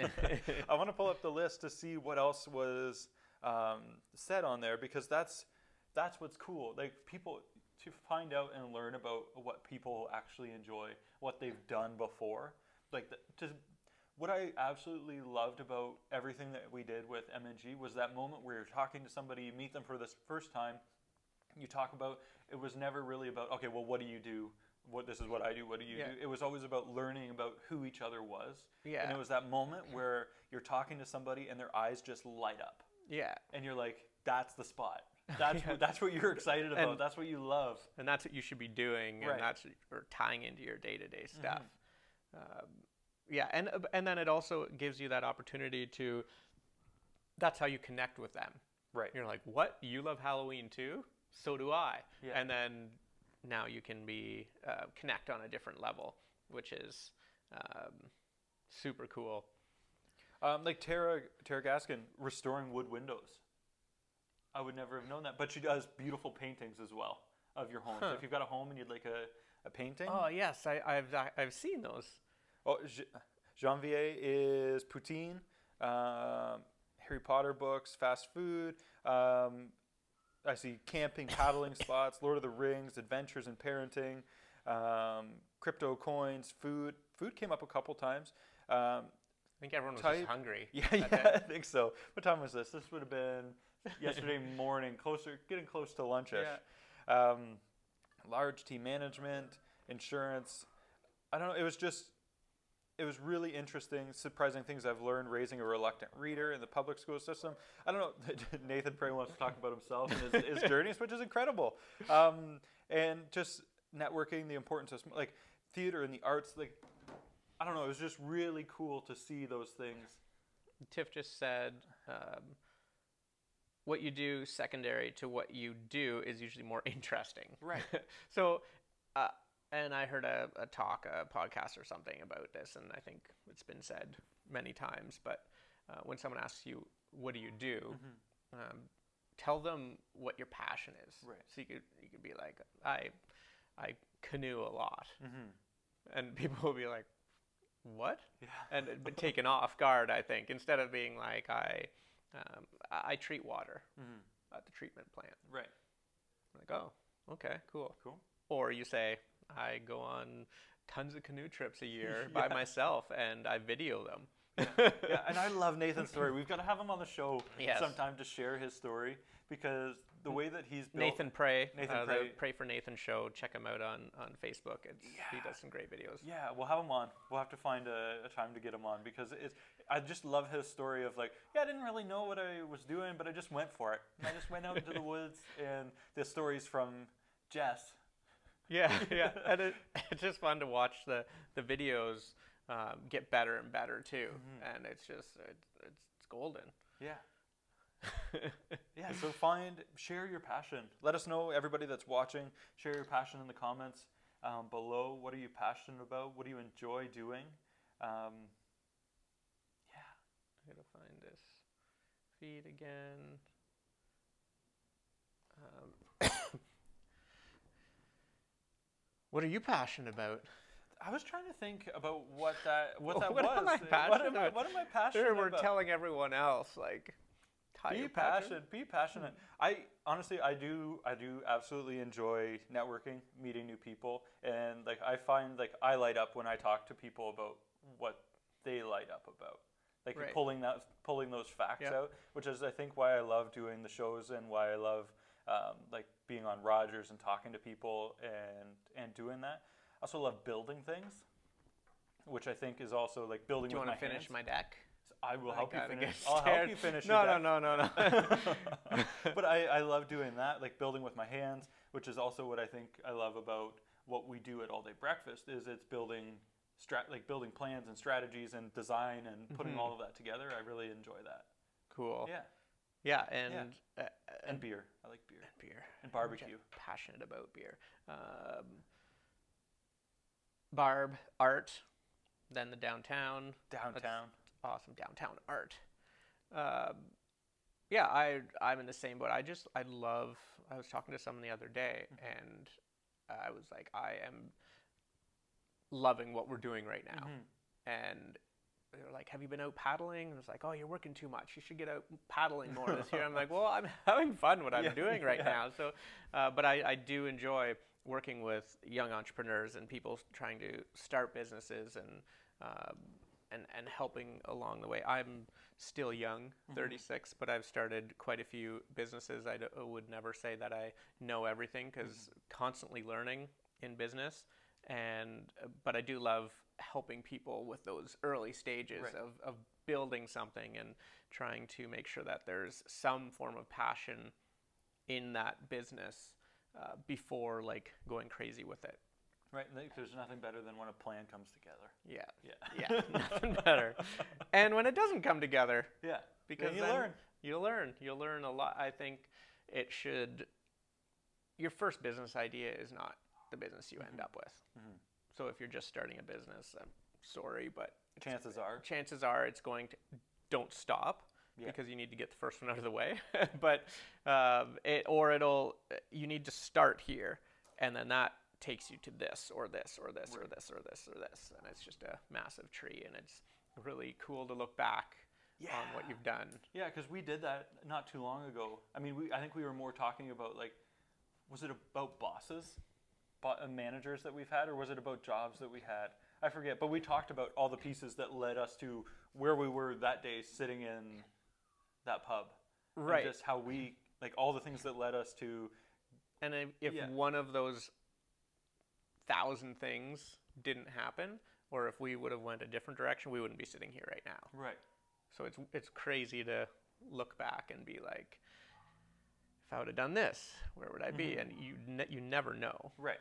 [SPEAKER 1] I want to pull up the list to see what else was um, said on there because that's that's what's cool. Like people to find out and learn about what people actually enjoy, what they've done before. Like the, to, what I absolutely loved about everything that we did with MNG was that moment where you're talking to somebody, you meet them for the first time, you talk about it was never really about okay well what do you do what this is what i do what do you
[SPEAKER 2] Yeah.
[SPEAKER 1] do it was always about learning about who each other was and
[SPEAKER 2] Yeah.
[SPEAKER 1] it was that moment where you're talking to somebody and their eyes just light up
[SPEAKER 2] Yeah,
[SPEAKER 1] and you're like that's the spot that's what, that's what you're excited about
[SPEAKER 2] And-
[SPEAKER 1] that's what you love
[SPEAKER 2] and that's what you should be doing,
[SPEAKER 1] Right.
[SPEAKER 2] and that's or tying into your day to day stuff. Um, yeah, and uh, and then it also gives you that opportunity to. That's how you connect with them.
[SPEAKER 1] right
[SPEAKER 2] You're like, what? You love Halloween too? So do I.
[SPEAKER 1] Yeah.
[SPEAKER 2] And then now you can be uh, connect on a different level, which is um, super cool.
[SPEAKER 1] um, like tara tara gaskin restoring wood windows i would never have known that but she does beautiful paintings as well of your home so if you've got a home and you'd like a, a painting
[SPEAKER 2] Oh yes, I, I've I've seen those.
[SPEAKER 1] Oh, Je- Janvier is poutine, um, Harry Potter books, fast food. Um, I see camping, paddling spots, Lord of the Rings, adventures and parenting, um, crypto coins, food. Food came up a couple times. Um,
[SPEAKER 2] I think everyone was
[SPEAKER 1] Type-
[SPEAKER 2] just hungry.
[SPEAKER 1] yeah,
[SPEAKER 2] that day.
[SPEAKER 1] yeah, I think so. What time was this? This would have been yesterday morning, closer, getting close to lunchish. Um, large team management, insurance. I don't know. It was just, it was really interesting, surprising things I've learned raising a reluctant reader in the public school system. I don't know. Nathan Prey wants to talk about himself and his, his journeys, which is incredible. Um, and just networking, the importance of sm- like theater and the arts. Like, I don't know. It was just really cool to see those things.
[SPEAKER 2] Tiff just said, um, what you do secondary to what you do is usually more interesting.
[SPEAKER 1] Right.
[SPEAKER 2] so, uh, and I heard a, a talk, a podcast or something about this, and I think it's been said many times, but uh, when someone asks you, what do you do? Um, tell them what your passion is.
[SPEAKER 1] Mm-hmm. Right.
[SPEAKER 2] So you could, you could be like, I, I canoe a lot. And people will be like, what?
[SPEAKER 1] Yeah.
[SPEAKER 2] and it'd been taken off guard, I think, instead of being like, I, um, I I treat water at the treatment plant.
[SPEAKER 1] Right.
[SPEAKER 2] Like, oh, okay, cool.
[SPEAKER 1] Cool.
[SPEAKER 2] Or you say, I go on tons of canoe trips a year by myself and I video them.
[SPEAKER 1] yeah, and I love Nathan's story. We've got to have him on the show
[SPEAKER 2] Yes.
[SPEAKER 1] sometime to share his story because the way that he's built,
[SPEAKER 2] Nathan Pray,
[SPEAKER 1] Nathan
[SPEAKER 2] uh, the
[SPEAKER 1] Pray.
[SPEAKER 2] Pray for Nathan show. Check him out on on Facebook. It's, He
[SPEAKER 1] Yeah.
[SPEAKER 2] does some great videos.
[SPEAKER 1] Yeah, we'll have him on. We'll have to find a, a time to get him on because it's. I just love his story of like, yeah, I didn't really know what I was doing, but I just went for it. And I just went out into the woods, and the stories from Jess,
[SPEAKER 2] Yeah, yeah, and it, it's just fun to watch the the videos um, get better and better too,
[SPEAKER 1] Mm-hmm.
[SPEAKER 2] and it's just it, it's, it's golden.
[SPEAKER 1] Yeah. Yeah, so find, share your passion. Let us know, everybody that's watching, share your passion in the comments um, below. What are you passionate about? What do you enjoy doing? Um, yeah.
[SPEAKER 2] I gotta find this feed again. Um, what are you passionate about?
[SPEAKER 1] I was trying to think about what that what that
[SPEAKER 2] What
[SPEAKER 1] was.
[SPEAKER 2] am I
[SPEAKER 1] what,
[SPEAKER 2] passionate
[SPEAKER 1] am I,
[SPEAKER 2] about?
[SPEAKER 1] what am I
[SPEAKER 2] Sure,
[SPEAKER 1] passionate
[SPEAKER 2] we're
[SPEAKER 1] about?
[SPEAKER 2] telling everyone else like, how
[SPEAKER 1] be
[SPEAKER 2] you
[SPEAKER 1] passionate. Be passionate. I honestly, I do, I do absolutely enjoy networking, meeting new people, and like I find like I light up when I talk to people about what they light up about, like
[SPEAKER 2] Right.
[SPEAKER 1] pulling that, pulling those facts
[SPEAKER 2] Yeah.
[SPEAKER 1] out, which is I think why I love doing the shows and why I love um, like being on Rogers and talking to people and and doing that. I also love building things, which I think is also like building.
[SPEAKER 2] Do you
[SPEAKER 1] with
[SPEAKER 2] want to
[SPEAKER 1] my
[SPEAKER 2] finish
[SPEAKER 1] hands.
[SPEAKER 2] my deck?
[SPEAKER 1] I will
[SPEAKER 2] I
[SPEAKER 1] help you
[SPEAKER 2] gotta
[SPEAKER 1] finish.
[SPEAKER 2] get
[SPEAKER 1] I'll help
[SPEAKER 2] scared.
[SPEAKER 1] you finish.
[SPEAKER 2] No,
[SPEAKER 1] your
[SPEAKER 2] no,
[SPEAKER 1] deck
[SPEAKER 2] no, no, no.
[SPEAKER 1] but I, I love doing that, like building with my hands, which is also what I think I love about what we do at All Day Breakfast is it's building strat like building plans and strategies and design and putting
[SPEAKER 2] Mm-hmm.
[SPEAKER 1] all of that together. I really enjoy that.
[SPEAKER 2] cool.
[SPEAKER 1] Yeah.
[SPEAKER 2] Yeah, and uh, uh,
[SPEAKER 1] And beer. I like beer.
[SPEAKER 2] beer
[SPEAKER 1] And
[SPEAKER 2] I'm
[SPEAKER 1] barbecue.
[SPEAKER 2] just passionate about beer. Um, Barb art, then the downtown. That's
[SPEAKER 1] Downtown.
[SPEAKER 2] awesome downtown art. Um, yeah, I I'm in the same boat. I just I love. I was talking to someone the other day, and I was like, I am loving what we're doing right now,
[SPEAKER 1] Mm-hmm.
[SPEAKER 2] and. They were like, "Have you been out paddling?" And I was like, "Oh, you're working too much. You should get out paddling more this year." I'm like, "Well, I'm having fun what I'm
[SPEAKER 1] Yeah,
[SPEAKER 2] doing right
[SPEAKER 1] yeah.
[SPEAKER 2] now." So, uh, but I, I do enjoy working with young entrepreneurs and people trying to start businesses and um, and and helping along the way. I'm still young,
[SPEAKER 1] Mm-hmm.
[SPEAKER 2] 36, but I've started quite a few businesses. I d- would never say that I know everything because
[SPEAKER 1] Mm-hmm.
[SPEAKER 2] constantly learning in business. And uh, but I do love helping people with those early stages
[SPEAKER 1] Right.
[SPEAKER 2] of, of building something and trying to make sure that there's some form of passion in that business uh, before like going crazy with it.
[SPEAKER 1] Right. and There's nothing better than when a plan comes together.
[SPEAKER 2] Yeah.
[SPEAKER 1] Yeah.
[SPEAKER 2] Yeah. Nothing better. And when it doesn't come together,
[SPEAKER 1] Yeah.
[SPEAKER 2] because
[SPEAKER 1] then you
[SPEAKER 2] then
[SPEAKER 1] learn.
[SPEAKER 2] You learn. You learn a lot. I think it should. Your first business idea is not the business you
[SPEAKER 1] Mm-hmm.
[SPEAKER 2] end up with. So if you're just starting a business, I'm sorry, but
[SPEAKER 1] Chances are.
[SPEAKER 2] chances are it's going to don't stop
[SPEAKER 1] Yeah.
[SPEAKER 2] because you need to get the first one out of the way but um, it or it'll you need to start here and then that takes you to this or this or this or this or this or this and it's just a massive tree and it's really cool to look back on what
[SPEAKER 1] Yeah.
[SPEAKER 2] you've done
[SPEAKER 1] Yeah, because we did that not too long ago. I mean, we I think we were more talking about like, was it about bosses, bo- uh, managers that we've had, or was it about jobs that we had? I forget. But we talked about all the pieces that led us to where we were that day, sitting in that pub, and
[SPEAKER 2] Right.
[SPEAKER 1] just how we like all the things that led us to
[SPEAKER 2] and if, if
[SPEAKER 1] Yeah.
[SPEAKER 2] one of those thousand things didn't happen or if we would have went a different direction we wouldn't be sitting here right now
[SPEAKER 1] right.
[SPEAKER 2] So it's it's crazy to look back and be like, if I would have done this, where would I be?
[SPEAKER 1] Mm-hmm.
[SPEAKER 2] And you ne- you never know.
[SPEAKER 1] Right.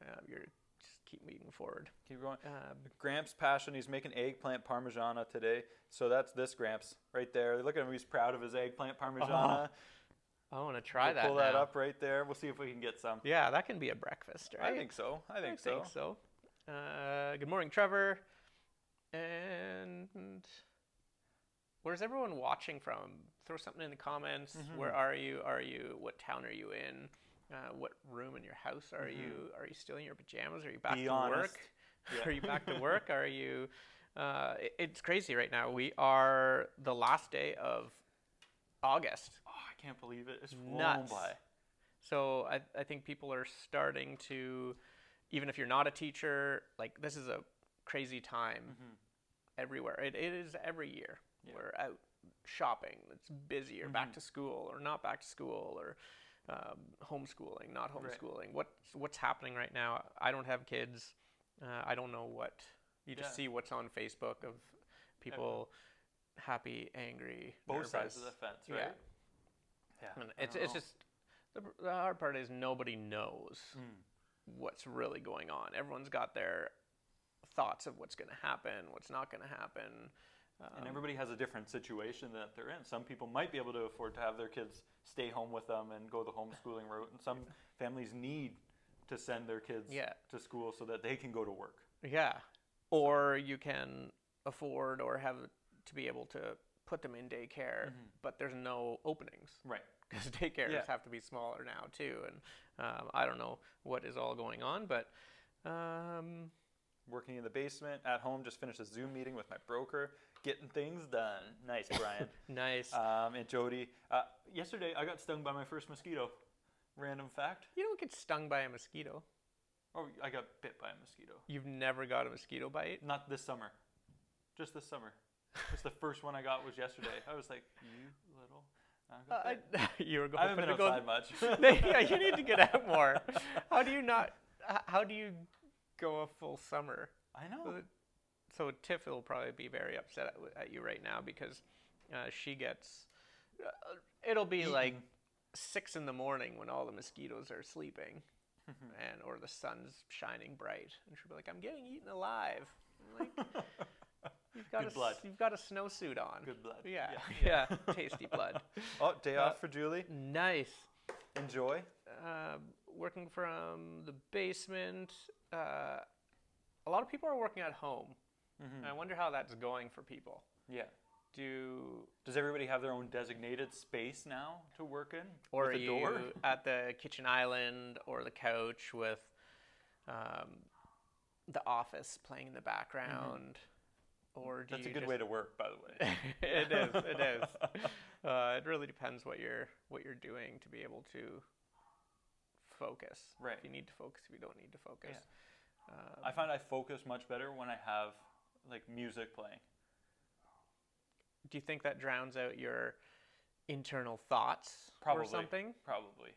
[SPEAKER 2] Uh, you're just keep moving forward.
[SPEAKER 1] Keep going.
[SPEAKER 2] Um,
[SPEAKER 1] Gramps' passion. He's making eggplant parmigiana today. So that's this Gramps right there. Look at him. He's proud of his eggplant parmigiana.
[SPEAKER 2] I want to try
[SPEAKER 1] We'll
[SPEAKER 2] that.
[SPEAKER 1] pull Uh-huh. that
[SPEAKER 2] now.
[SPEAKER 1] up right there. We'll see if we can get some.
[SPEAKER 2] Yeah, that can be a breakfast, right?
[SPEAKER 1] I think so. I
[SPEAKER 2] I
[SPEAKER 1] think so.
[SPEAKER 2] think so. Uh, good morning, Trevor. And where's everyone watching from? Throw something in the comments.
[SPEAKER 1] Mm-hmm.
[SPEAKER 2] Where are you? Are you? What town are you in? Uh, what room in your house are you? Are you still in your pajamas? Are you back
[SPEAKER 1] Mm-hmm. Be
[SPEAKER 2] to
[SPEAKER 1] honest.
[SPEAKER 2] work?
[SPEAKER 1] Yeah.
[SPEAKER 2] Are you back to work? Are you? Uh, it- it's crazy right now. We are the last day of August.
[SPEAKER 1] Oh, I can't believe it. It's flown
[SPEAKER 2] Nuts.
[SPEAKER 1] by.
[SPEAKER 2] So I, I think people are starting to, even if you're not a teacher, like this is a crazy time
[SPEAKER 1] Mm-hmm.
[SPEAKER 2] everywhere. It, it is every year. We're out shopping. It's busy or
[SPEAKER 1] Mm-hmm.
[SPEAKER 2] back to school or not back to school or um, homeschooling, not homeschooling. What's what's happening right now? I don't have kids. Uh, I don't know what. You just
[SPEAKER 1] Yeah.
[SPEAKER 2] see what's on Facebook of people happy, angry,
[SPEAKER 1] Both sides of the
[SPEAKER 2] nervous.
[SPEAKER 1] fence,
[SPEAKER 2] Yeah.
[SPEAKER 1] right? Yeah.
[SPEAKER 2] And
[SPEAKER 1] I
[SPEAKER 2] it's
[SPEAKER 1] don't
[SPEAKER 2] it's
[SPEAKER 1] know. Hmm.
[SPEAKER 2] just the, the hard part is nobody knows what's really going on. Everyone's got their thoughts of what's going to happen, what's not going to happen. Um,
[SPEAKER 1] and everybody has a different situation that they're in. Some people might be able to afford to have their kids stay home with them and go the homeschooling route, and some families need to send their kids
[SPEAKER 2] Yeah.
[SPEAKER 1] to school so that they can go to work.
[SPEAKER 2] Yeah. Or you can afford or have to be able to put them in daycare, but there's no openings
[SPEAKER 1] Right.
[SPEAKER 2] because daycares
[SPEAKER 1] Mm-hmm. Yeah.
[SPEAKER 2] have to be smaller now too. And um, I don't know what is all going on, but um,
[SPEAKER 1] Working in the basement, at home, just finished a Zoom meeting with my broker, getting things done. Nice, Brian.
[SPEAKER 2] nice.
[SPEAKER 1] um, and Jody. Uh, yesterday, I got stung by my first mosquito. Random fact.
[SPEAKER 2] you don't get stung by a mosquito.
[SPEAKER 1] Oh, I got bit by a mosquito.
[SPEAKER 2] You've never got a mosquito bite.
[SPEAKER 1] Not this summer. Just this summer. Just the first one I got was yesterday. I was like, you little. I, got
[SPEAKER 2] I,
[SPEAKER 1] bit."
[SPEAKER 2] you were
[SPEAKER 1] Uh, I
[SPEAKER 2] going
[SPEAKER 1] haven't been
[SPEAKER 2] to go.
[SPEAKER 1] outside much.
[SPEAKER 2] yeah, you need to get out more. How do you not? h- How do you go a full summer?
[SPEAKER 1] I know.
[SPEAKER 2] So Tiff will probably be very upset at, at you right now because uh, she gets. Uh, it'll be like six in the morning when all the mosquitoes are sleeping, and or the sun's shining bright, and she'll be like, "I'm getting eaten alive." I'm like, you've got
[SPEAKER 1] Good
[SPEAKER 2] a
[SPEAKER 1] blood.
[SPEAKER 2] s- you've got a snowsuit on.
[SPEAKER 1] Good blood.
[SPEAKER 2] Yeah,
[SPEAKER 1] yeah.
[SPEAKER 2] yeah, tasty blood.
[SPEAKER 1] Oh, day off for Julie.
[SPEAKER 2] Nice.
[SPEAKER 1] Enjoy.
[SPEAKER 2] uh, working from the basement. Uh, a lot of people are working at home.
[SPEAKER 1] Mm-hmm.
[SPEAKER 2] And I wonder how that's going for people.
[SPEAKER 1] Yeah.
[SPEAKER 2] Do
[SPEAKER 1] Does everybody have their own designated space now to work in?
[SPEAKER 2] or
[SPEAKER 1] With
[SPEAKER 2] are
[SPEAKER 1] a door?
[SPEAKER 2] you at the kitchen island or the couch with um, the office playing in the background? Or
[SPEAKER 1] Mm-hmm.
[SPEAKER 2] do
[SPEAKER 1] That's a
[SPEAKER 2] you
[SPEAKER 1] good
[SPEAKER 2] just-
[SPEAKER 1] way to work, by the way.
[SPEAKER 2] it is. It is. Uh, it really depends what you're what you're doing to be able to focus.
[SPEAKER 1] Right.
[SPEAKER 2] If you need to focus, if you don't need to focus. Um,
[SPEAKER 1] I find I focus much better when I have like music playing.
[SPEAKER 2] Do you think that drowns out your internal thoughts
[SPEAKER 1] Probably
[SPEAKER 2] or something?
[SPEAKER 1] Probably.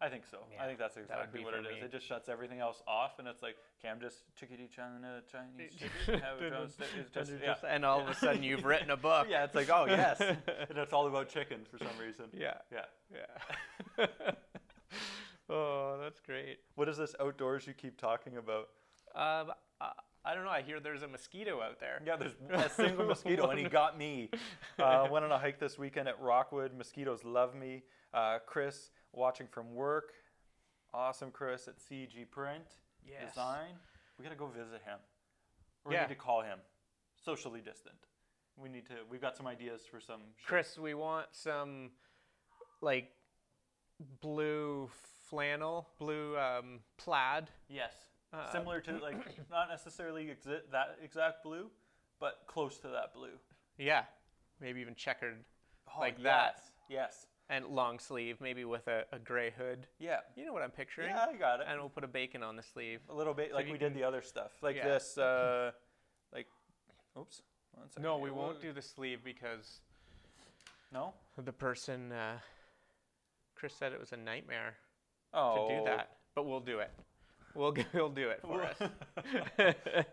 [SPEAKER 1] I think so. I
[SPEAKER 2] Yeah,
[SPEAKER 1] think that's
[SPEAKER 2] that would
[SPEAKER 1] exactly
[SPEAKER 2] be
[SPEAKER 1] what
[SPEAKER 2] for
[SPEAKER 1] it is.
[SPEAKER 2] me.
[SPEAKER 1] It just shuts everything else off, and it's like, okay, I'm just chickadee China Chinese. chicken, have a drumstick," It's just,
[SPEAKER 2] and,
[SPEAKER 1] yeah.
[SPEAKER 2] and all of a sudden you've written a book.
[SPEAKER 1] yeah, it's like, oh yes, and it's all about chicken for some reason.
[SPEAKER 2] Yeah.
[SPEAKER 1] Yeah.
[SPEAKER 2] Yeah. oh, that's great.
[SPEAKER 1] What is this outdoors you keep talking about?
[SPEAKER 2] Um, I, I don't know. I hear there's a mosquito out there.
[SPEAKER 1] Yeah, there's a single mosquito, and he got me. Uh, went on a hike this weekend at Rockwood. Mosquitoes love me. Uh, Chris, watching from work. Awesome, Chris at CG Print
[SPEAKER 2] Yes.
[SPEAKER 1] Design. We gotta go visit him. Or
[SPEAKER 2] Yeah.
[SPEAKER 1] We need to call him. Socially distant. We need to. We've got some ideas for some. shit.
[SPEAKER 2] Chris, we want some like blue flannel, blue um, plaid.
[SPEAKER 1] Yes.
[SPEAKER 2] uh,
[SPEAKER 1] Similar to like not necessarily exi- that exact blue, but close to that blue.
[SPEAKER 2] Yeah. Maybe even checkered
[SPEAKER 1] Oh,
[SPEAKER 2] like that.
[SPEAKER 1] yes, Yes.
[SPEAKER 2] And long sleeve, maybe with a, a gray hood.
[SPEAKER 1] Yeah.
[SPEAKER 2] You know what I'm picturing.
[SPEAKER 1] Yeah, I got it.
[SPEAKER 2] And we'll put a bacon on the sleeve.
[SPEAKER 1] a little bit like
[SPEAKER 2] you
[SPEAKER 1] we did the other stuff like
[SPEAKER 2] Yeah. Mm-hmm.
[SPEAKER 1] this uh like oops one second
[SPEAKER 2] No, we
[SPEAKER 1] here.
[SPEAKER 2] won't do the sleeve because
[SPEAKER 1] no
[SPEAKER 2] the person, uh, Chris said it was a nightmare
[SPEAKER 1] oh
[SPEAKER 2] to do that. But we'll do it. We'll, g- we'll do it for us.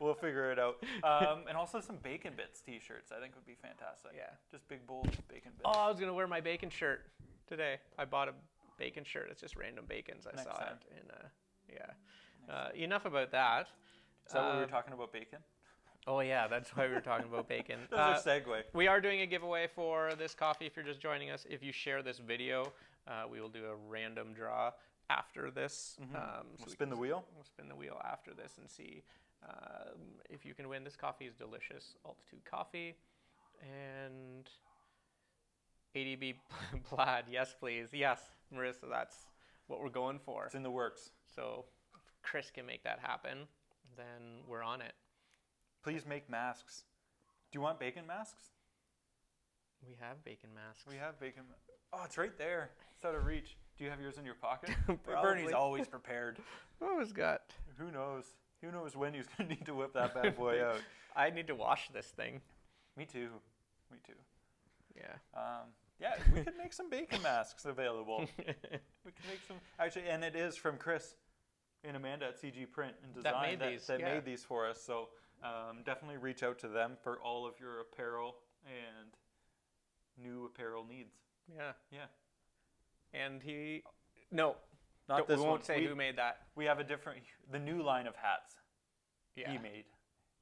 [SPEAKER 1] we'll figure it out um and also some bacon bits t-shirts i think would be fantastic
[SPEAKER 2] Yeah.
[SPEAKER 1] just big bold bacon bits
[SPEAKER 2] Oh, I was going to wear my bacon shirt today. I bought a bacon shirt. It's just random bacons. I
[SPEAKER 1] Next
[SPEAKER 2] saw
[SPEAKER 1] time.
[SPEAKER 2] it. In, uh, yeah. Uh, enough about that.
[SPEAKER 1] is that what we were
[SPEAKER 2] um,
[SPEAKER 1] talking about bacon
[SPEAKER 2] Oh, yeah. That's why we were talking about bacon. Uh,
[SPEAKER 1] that's our segue
[SPEAKER 2] We are doing a giveaway for this coffee if you're just joining us. If you share this video, uh, we will do a random draw after this. Um, so we
[SPEAKER 1] Mm-hmm. spin
[SPEAKER 2] can-
[SPEAKER 1] the wheel
[SPEAKER 2] We'll spin the wheel after this and see um, if you can win. This coffee is delicious. Altitude coffee and ADB plaid. Yes, please. Yes, Marissa, that's what we're going for.
[SPEAKER 1] it's in the works
[SPEAKER 2] So if Chris can make that happen, then we're on it.
[SPEAKER 1] please make masks do you want bacon masks
[SPEAKER 2] We have bacon masks.
[SPEAKER 1] we have bacon ma- oh it's right there it's out of reach do you have yours in your pocket bernie's
[SPEAKER 2] Probably.
[SPEAKER 1] always prepared
[SPEAKER 2] Always got.
[SPEAKER 1] Who knows? Who knows when he's gonna need to whip that bad boy out?
[SPEAKER 2] I need to wash this thing.
[SPEAKER 1] Me too. Me too.
[SPEAKER 2] Yeah.
[SPEAKER 1] Um, yeah, we could make some bacon masks available. We could make some actually, and it is from Chris and Amanda at CG Print and Design
[SPEAKER 2] made these,
[SPEAKER 1] that
[SPEAKER 2] yeah.
[SPEAKER 1] made these for us. So um, definitely reach out to them for all of your apparel and new apparel needs.
[SPEAKER 2] yeah.
[SPEAKER 1] Yeah.
[SPEAKER 2] And he, no,
[SPEAKER 1] Not
[SPEAKER 2] we
[SPEAKER 1] this
[SPEAKER 2] won't
[SPEAKER 1] one.
[SPEAKER 2] say
[SPEAKER 1] we,
[SPEAKER 2] who made that.
[SPEAKER 1] we have a different, the new line of hats
[SPEAKER 2] Yeah.
[SPEAKER 1] he made.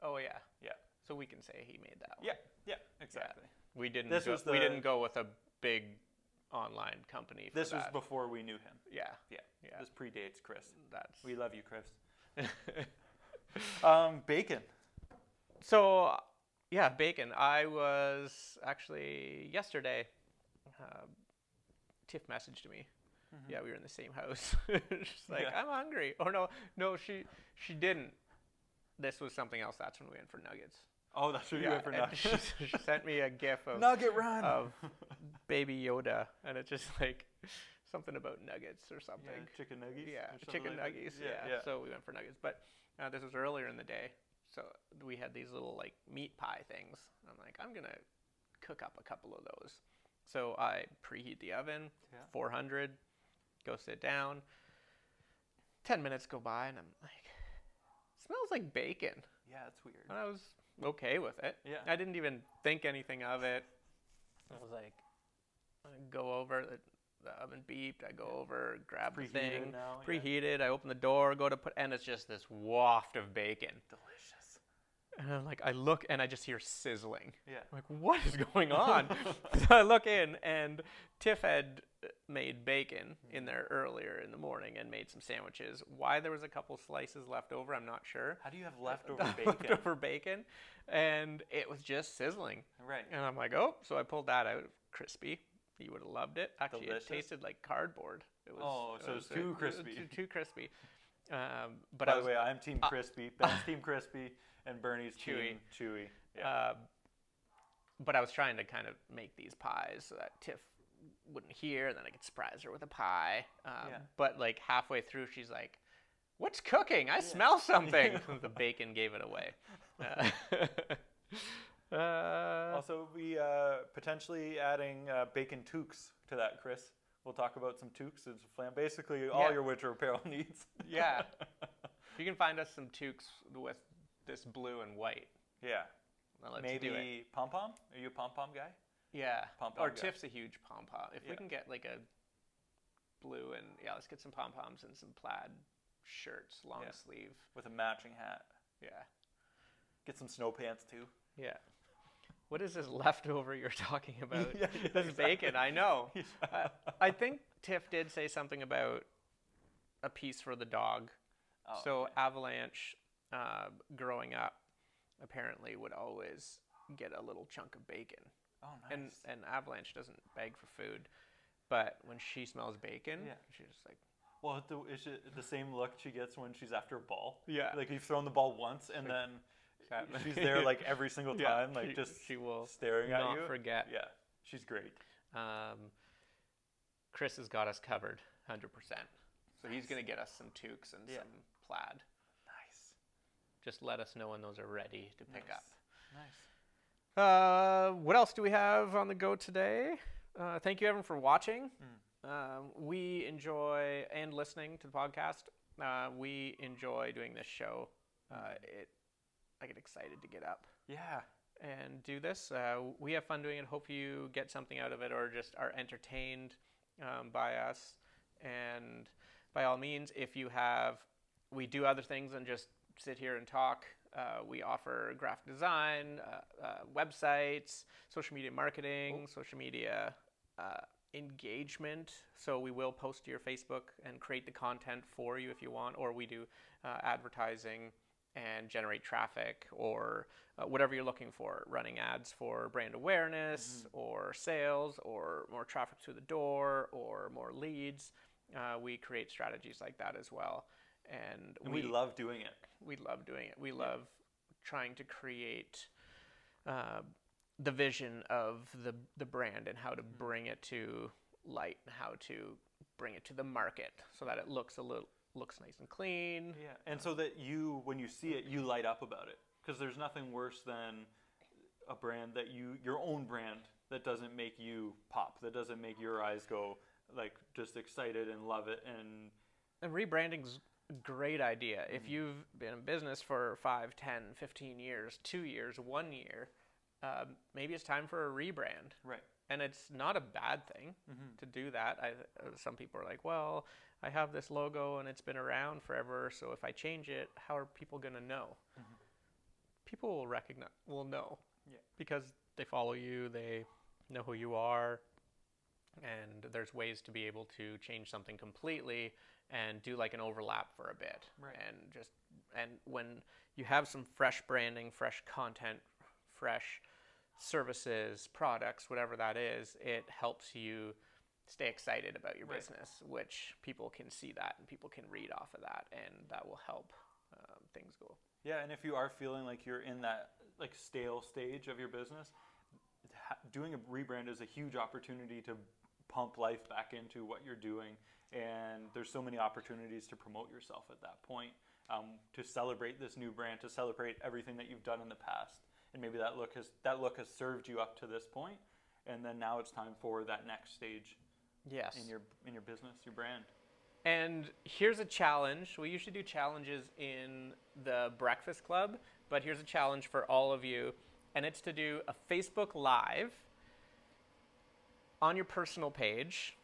[SPEAKER 2] Oh yeah.
[SPEAKER 1] Yeah.
[SPEAKER 2] So we can say he made that. One.
[SPEAKER 1] Yeah. Yeah. Exactly.
[SPEAKER 2] We didn't.
[SPEAKER 1] This
[SPEAKER 2] go,
[SPEAKER 1] was
[SPEAKER 2] we
[SPEAKER 1] the-
[SPEAKER 2] didn't go with a big online company. For
[SPEAKER 1] This was
[SPEAKER 2] that.
[SPEAKER 1] before we knew him.
[SPEAKER 2] Yeah.
[SPEAKER 1] Yeah.
[SPEAKER 2] Yeah.
[SPEAKER 1] This predates Chris.
[SPEAKER 2] That's.
[SPEAKER 1] We love you, Chris. Um, bacon.
[SPEAKER 2] so yeah, bacon. I was actually yesterday. Uh, Tiff messaged me. Yeah, we were in the same house. She's like,
[SPEAKER 1] Mm-hmm. Yeah.
[SPEAKER 2] I'm hungry. Or no, no, she she didn't. This was something else. That's when we went for nuggets.
[SPEAKER 1] Oh, that's what you went for
[SPEAKER 2] and
[SPEAKER 1] nuts.
[SPEAKER 2] she, she sent me a gif of
[SPEAKER 1] Nugget run.
[SPEAKER 2] of Baby Yoda, and it's just like something about nuggets or something.
[SPEAKER 1] Yeah, chicken nuggies.
[SPEAKER 2] Yeah,
[SPEAKER 1] or something
[SPEAKER 2] chicken
[SPEAKER 1] like that.
[SPEAKER 2] nuggets.
[SPEAKER 1] Yeah,
[SPEAKER 2] Yeah,
[SPEAKER 1] yeah.
[SPEAKER 2] So we went for nuggets, but uh, this was earlier in the day, so we had these little like meat pie things. I'm like, I'm gonna cook up a couple of those. So I preheat the oven,
[SPEAKER 1] Yeah.
[SPEAKER 2] 400. Go sit down. Ten minutes go by, and I'm like, smells like bacon.
[SPEAKER 1] yeah, it's weird.
[SPEAKER 2] And I was okay with it.
[SPEAKER 1] Yeah.
[SPEAKER 2] I didn't even think anything of it. I was like, I go over the, the oven beeped. I go over, grab the
[SPEAKER 1] preheated
[SPEAKER 2] thing,
[SPEAKER 1] now, yeah.
[SPEAKER 2] preheated. I open the door, go to put, and it's just this waft of bacon.
[SPEAKER 1] Delicious.
[SPEAKER 2] And I'm like, I look and I just hear sizzling.
[SPEAKER 1] Yeah.
[SPEAKER 2] I'm like, what is going on? so I look in, and Tiff had uh, made bacon in there earlier in the morning and made some sandwiches. Why there was a couple slices left over, I'm not sure
[SPEAKER 1] How do you have leftover
[SPEAKER 2] leftover
[SPEAKER 1] bacon?
[SPEAKER 2] bacon. and it was just sizzling.
[SPEAKER 1] Right.
[SPEAKER 2] And I'm like, oh, so I pulled that out, crispy. You would have loved it. Actually,
[SPEAKER 1] Delicious.
[SPEAKER 2] it tasted like cardboard. It was, uh,
[SPEAKER 1] Oh, so it's too crispy.
[SPEAKER 2] Too, too crispy. Um, but
[SPEAKER 1] By
[SPEAKER 2] I
[SPEAKER 1] the
[SPEAKER 2] was, Uh,
[SPEAKER 1] way, I'm Team Crispy. Ben's Team Crispy, and Bernie's Team
[SPEAKER 2] Chewy.
[SPEAKER 1] Chewy. Yeah.
[SPEAKER 2] uh, but I was trying to kind of make these pies so that Tiff wouldn't hear, and then I could surprise her with a pie. Um,
[SPEAKER 1] Yeah.
[SPEAKER 2] But like halfway through, she's like, "What's cooking? I smell something." the bacon gave it away. Uh, uh,
[SPEAKER 1] also, we uh, potentially adding uh, bacon toques to that, Chris. We'll talk about some toques and some flam. Basically, all
[SPEAKER 2] Yeah.
[SPEAKER 1] your winter apparel needs.
[SPEAKER 2] yeah, you can find us some toques with this blue and white.
[SPEAKER 1] yeah.
[SPEAKER 2] Now let's do it.
[SPEAKER 1] Maybe pom pom. Are you a pom pom guy?
[SPEAKER 2] Yeah.
[SPEAKER 1] Pom-pom
[SPEAKER 2] or
[SPEAKER 1] guy.
[SPEAKER 2] Tiff's a huge pom pom. If
[SPEAKER 1] Yeah.
[SPEAKER 2] we can get like a blue and yeah, let's get some pom poms and some plaid shirts, long
[SPEAKER 1] Yeah.
[SPEAKER 2] sleeve.
[SPEAKER 1] With a matching hat.
[SPEAKER 2] Yeah.
[SPEAKER 1] Get some snow pants too.
[SPEAKER 2] Yeah. What is this leftover you're talking about?
[SPEAKER 1] Yeah, yeah,
[SPEAKER 2] this bacon, I know.
[SPEAKER 1] Yeah.
[SPEAKER 2] I,
[SPEAKER 1] Oh,
[SPEAKER 2] I think Tiff did say something about a piece for the dog.
[SPEAKER 1] Oh,
[SPEAKER 2] so Avalanche, uh, growing up, apparently would always get a little chunk of bacon.
[SPEAKER 1] Oh, nice.
[SPEAKER 2] and and Avalanche doesn't beg for food, but when she smells bacon,
[SPEAKER 1] Yeah.
[SPEAKER 2] she's just like,
[SPEAKER 1] Well, the, is it the same look she gets when she's after a ball?
[SPEAKER 2] Yeah.
[SPEAKER 1] Like you've thrown the ball once and then
[SPEAKER 2] That-
[SPEAKER 1] she's there like every single
[SPEAKER 2] Yeah,
[SPEAKER 1] time, like
[SPEAKER 2] she-
[SPEAKER 1] just
[SPEAKER 2] she will
[SPEAKER 1] staring at
[SPEAKER 2] not
[SPEAKER 1] you.
[SPEAKER 2] forget.
[SPEAKER 1] Yeah. She's great.
[SPEAKER 2] um, Chris has got us covered, hundred percent. So he's gonna get us some toques and
[SPEAKER 1] Yeah.
[SPEAKER 2] some plaid.
[SPEAKER 1] Nice.
[SPEAKER 2] Just let us know when those are ready to pick
[SPEAKER 1] Nice.
[SPEAKER 2] up.
[SPEAKER 1] Nice.
[SPEAKER 2] Uh, what else do we have on the go today? Uh, thank you, everyone, for watching.
[SPEAKER 1] Mm.
[SPEAKER 2] Um, we enjoy and listening to the podcast. Uh, we enjoy doing this show. Uh,
[SPEAKER 1] Mm.
[SPEAKER 2] it, I get excited to get up
[SPEAKER 1] Yeah.
[SPEAKER 2] and do this. Uh, we have fun doing it. Hope you get something out of it or just are entertained um, by us. And by all means, if you have, we do other things than just sit here and talk. Uh, we offer graphic design, uh, uh, websites, social media marketing, social media uh, engagement. So we will post to your Facebook and create the content for you if you want, or we do uh, advertising and generate traffic or uh, whatever you're looking for running ads for brand awareness or sales or more traffic through the door or more leads uh, we create strategies like that as well and,
[SPEAKER 1] And we, love doing it.
[SPEAKER 2] we love doing it we love trying to create uh, the vision of the the brand and how to bring it to light and how to bring it to the market so that it looks a little looks nice and clean
[SPEAKER 1] Yeah. And so that you when you see it, you light up about it. Because there's nothing worse than a brand that you your own brand that doesn't make you pop, that doesn't make your eyes go like just excited and love it and
[SPEAKER 2] And rebranding's a great idea. If you've been in business for 5, 10, 15 years, 2 years, 1 year, uh, maybe it's time for a rebrand.
[SPEAKER 1] Right.
[SPEAKER 2] And it's not a bad thing to do that. I, uh, some people are like, well, I have this logo and it's been around forever, so if I change it, how are people going to know? People will recognize, will know,
[SPEAKER 1] Yeah.
[SPEAKER 2] because they follow you, they know who you are, and there's ways to be able to change something completely and do like an overlap for a bit,
[SPEAKER 1] Right.
[SPEAKER 2] and just and when you have some fresh branding, fresh content, fresh services, products, whatever that is, it helps you stay excited about your
[SPEAKER 1] Right.
[SPEAKER 2] business, which people can see that and people can read off of that, and that will help um, things go.
[SPEAKER 1] Yeah, and if you are feeling like you're in that like stale stage of your business, ha- doing a rebrand is a huge opportunity to pump life back into what you're doing. And there's so many opportunities to promote yourself at that point, um, to celebrate this new brand, to celebrate everything that you've done in the past, and maybe that look has that look has served you up to this point, and then now it's time for that next stage
[SPEAKER 2] Yes.
[SPEAKER 1] in your in your business, your brand.
[SPEAKER 2] And here's a challenge. We usually do challenges in the Breakfast Club, but here's a challenge for all of you, and it's to do a Facebook Live on your personal page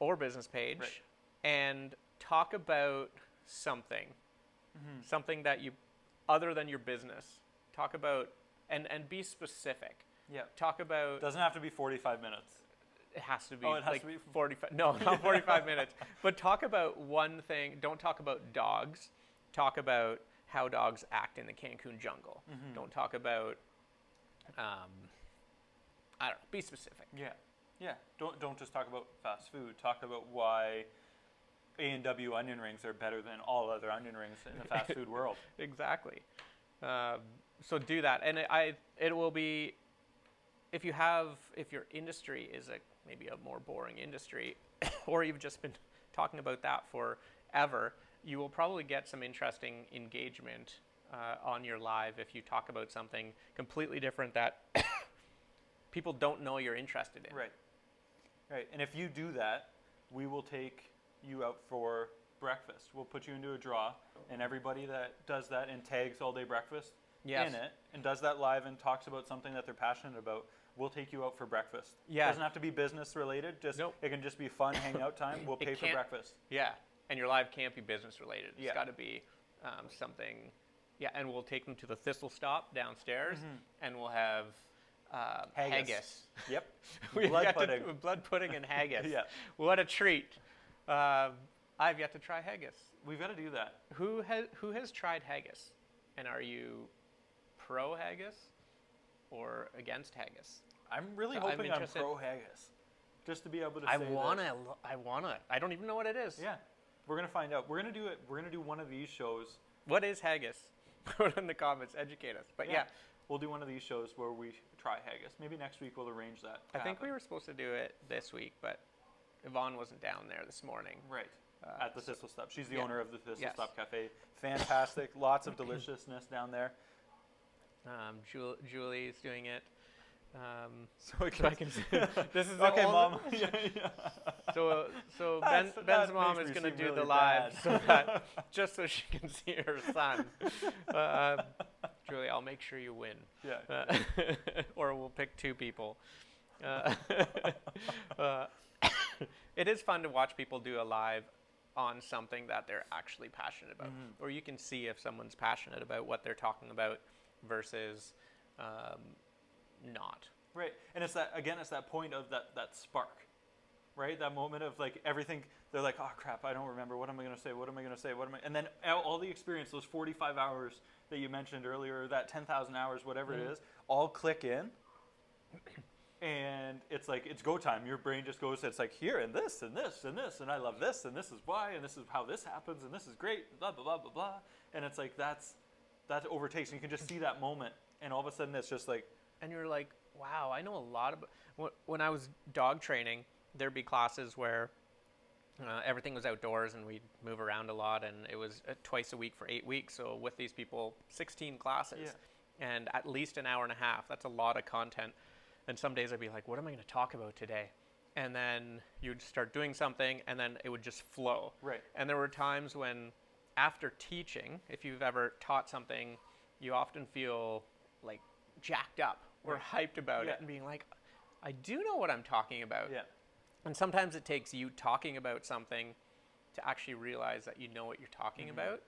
[SPEAKER 2] or business page
[SPEAKER 1] Right.
[SPEAKER 2] and talk about something. Something that you other than your business. Talk about and and be specific.
[SPEAKER 1] Yeah,
[SPEAKER 2] Talk about
[SPEAKER 1] doesn't have to be 45 minutes.
[SPEAKER 2] it has to be
[SPEAKER 1] Oh, it has
[SPEAKER 2] like
[SPEAKER 1] to be-
[SPEAKER 2] 45 no not 45 minutes but talk about one thing don't talk about dogs talk about how dogs act in the cancun jungle don't talk about um, i don't know be specific
[SPEAKER 1] Yeah, yeah. Don't don't just talk about fast food. Talk about why A and W onion rings are better than all other onion rings in the fast food world.
[SPEAKER 2] exactly um, so do that and it, i it will be if you have if your industry is a maybe a more boring industry or you've just been talking about that forever you will probably get some interesting engagement uh, on your live if you talk about something completely different that people don't know you're interested in
[SPEAKER 1] Right. Right. And if you do that, we will take you out for breakfast. We'll put you into a draw, and everybody that does that and tags all day breakfast
[SPEAKER 2] Yes.
[SPEAKER 1] in it and does that live and talks about something that they're passionate about. We'll take you out for breakfast.
[SPEAKER 2] Yeah.
[SPEAKER 1] doesn't have to be business related. Just
[SPEAKER 2] Nope.
[SPEAKER 1] it can just be fun hangout time. We'll
[SPEAKER 2] It
[SPEAKER 1] pay for
[SPEAKER 2] can't-
[SPEAKER 1] breakfast.
[SPEAKER 2] Yeah, and your live can't be business related. It's
[SPEAKER 1] Yeah.
[SPEAKER 2] got to be um, something. Yeah, and we'll take them to the Thistle Stop downstairs, and we'll have um, Mm-hmm. haggis.
[SPEAKER 1] Haggis. Yep.
[SPEAKER 2] We've
[SPEAKER 1] Blood
[SPEAKER 2] got to-
[SPEAKER 1] pudding.
[SPEAKER 2] blood pudding and haggis.
[SPEAKER 1] Yeah.
[SPEAKER 2] What a treat! Um I've yet to try haggis.
[SPEAKER 1] We've got to do that.
[SPEAKER 2] Who has who has tried haggis? And are you pro haggis or against haggis?
[SPEAKER 1] I'm really
[SPEAKER 2] So I'm
[SPEAKER 1] hoping I'm,
[SPEAKER 2] interested-
[SPEAKER 1] pro haggis, just to be able to.
[SPEAKER 2] I
[SPEAKER 1] say that-
[SPEAKER 2] wanna, lo- I wanna. I don't even know what it is.
[SPEAKER 1] Yeah, we're gonna find out. We're gonna do it. We're gonna do one of these shows.
[SPEAKER 2] What is haggis? Put it in the comments. Educate us. But yeah
[SPEAKER 1] we'll do one of these shows where we try haggis. Maybe next week we'll arrange that. to
[SPEAKER 2] I think we
[SPEAKER 1] happen.
[SPEAKER 2] were supposed to do it this week, but Yvonne wasn't down there this morning. Uh,
[SPEAKER 1] right at the Thistle Stop. She's the
[SPEAKER 2] yeah.
[SPEAKER 1] owner of the Thistle
[SPEAKER 2] Yes.
[SPEAKER 1] Stop Cafe. Fantastic. Lots of deliciousness down there.
[SPEAKER 2] Um, Jul- Julie's doing it. Um,
[SPEAKER 1] So,
[SPEAKER 2] so I can. this is the
[SPEAKER 1] okay,
[SPEAKER 2] only-
[SPEAKER 1] mom. yeah, yeah.
[SPEAKER 2] So so Ben,
[SPEAKER 1] That's-
[SPEAKER 2] Ben's
[SPEAKER 1] that
[SPEAKER 2] mom
[SPEAKER 1] makes
[SPEAKER 2] is
[SPEAKER 1] me
[SPEAKER 2] going to
[SPEAKER 1] seem
[SPEAKER 2] do the
[SPEAKER 1] really
[SPEAKER 2] live,
[SPEAKER 1] bad.
[SPEAKER 2] so that, just so she can see her son. Uh, Julie, I'll make sure you win.
[SPEAKER 1] yeah.
[SPEAKER 2] Uh, or we'll pick two people. Uh, uh, it is fun to watch people do a live on something that they're actually passionate about, or you can see if someone's passionate about what they're talking about versus um, not.
[SPEAKER 1] Right, and it's that again. It's that point of that that spark, right? That moment of like everything. They're like, oh crap, I don't remember. What am I going to say? What am I going to say? What am I? And then all all the experience, those forty-five hours that you mentioned earlier, that ten thousand hours, whatever it is, all click in, and it's like it's go time. Your brain just goes. It's like here and this and this and this, and I love this, and this is why, and this is how this happens, and this is great. Blah blah blah blah blah. And it's like that's that overtakes. And you can just see that moment, and all of a sudden it's just like
[SPEAKER 2] and you're like, wow, I know a lot about. wh- When I was dog training, there'd be classes where uh, everything was outdoors and we'd move around a lot, and it was uh, twice a week for eight weeks. So with these people, 16 classes, and at least an hour and a half. That's a lot of content. And some days I'd be like, what am I going to talk about today? And then you'd start doing something, and then it would just flow.
[SPEAKER 1] Right.
[SPEAKER 2] And there were times when, after teaching, if you've ever taught something, you often feel like jacked up were hyped about
[SPEAKER 1] Yeah.
[SPEAKER 2] it and being like, I do know what I'm talking about.
[SPEAKER 1] Yeah.
[SPEAKER 2] And sometimes it takes you talking about something to actually realize that you know what you're talking
[SPEAKER 1] Mm-hmm.
[SPEAKER 2] about.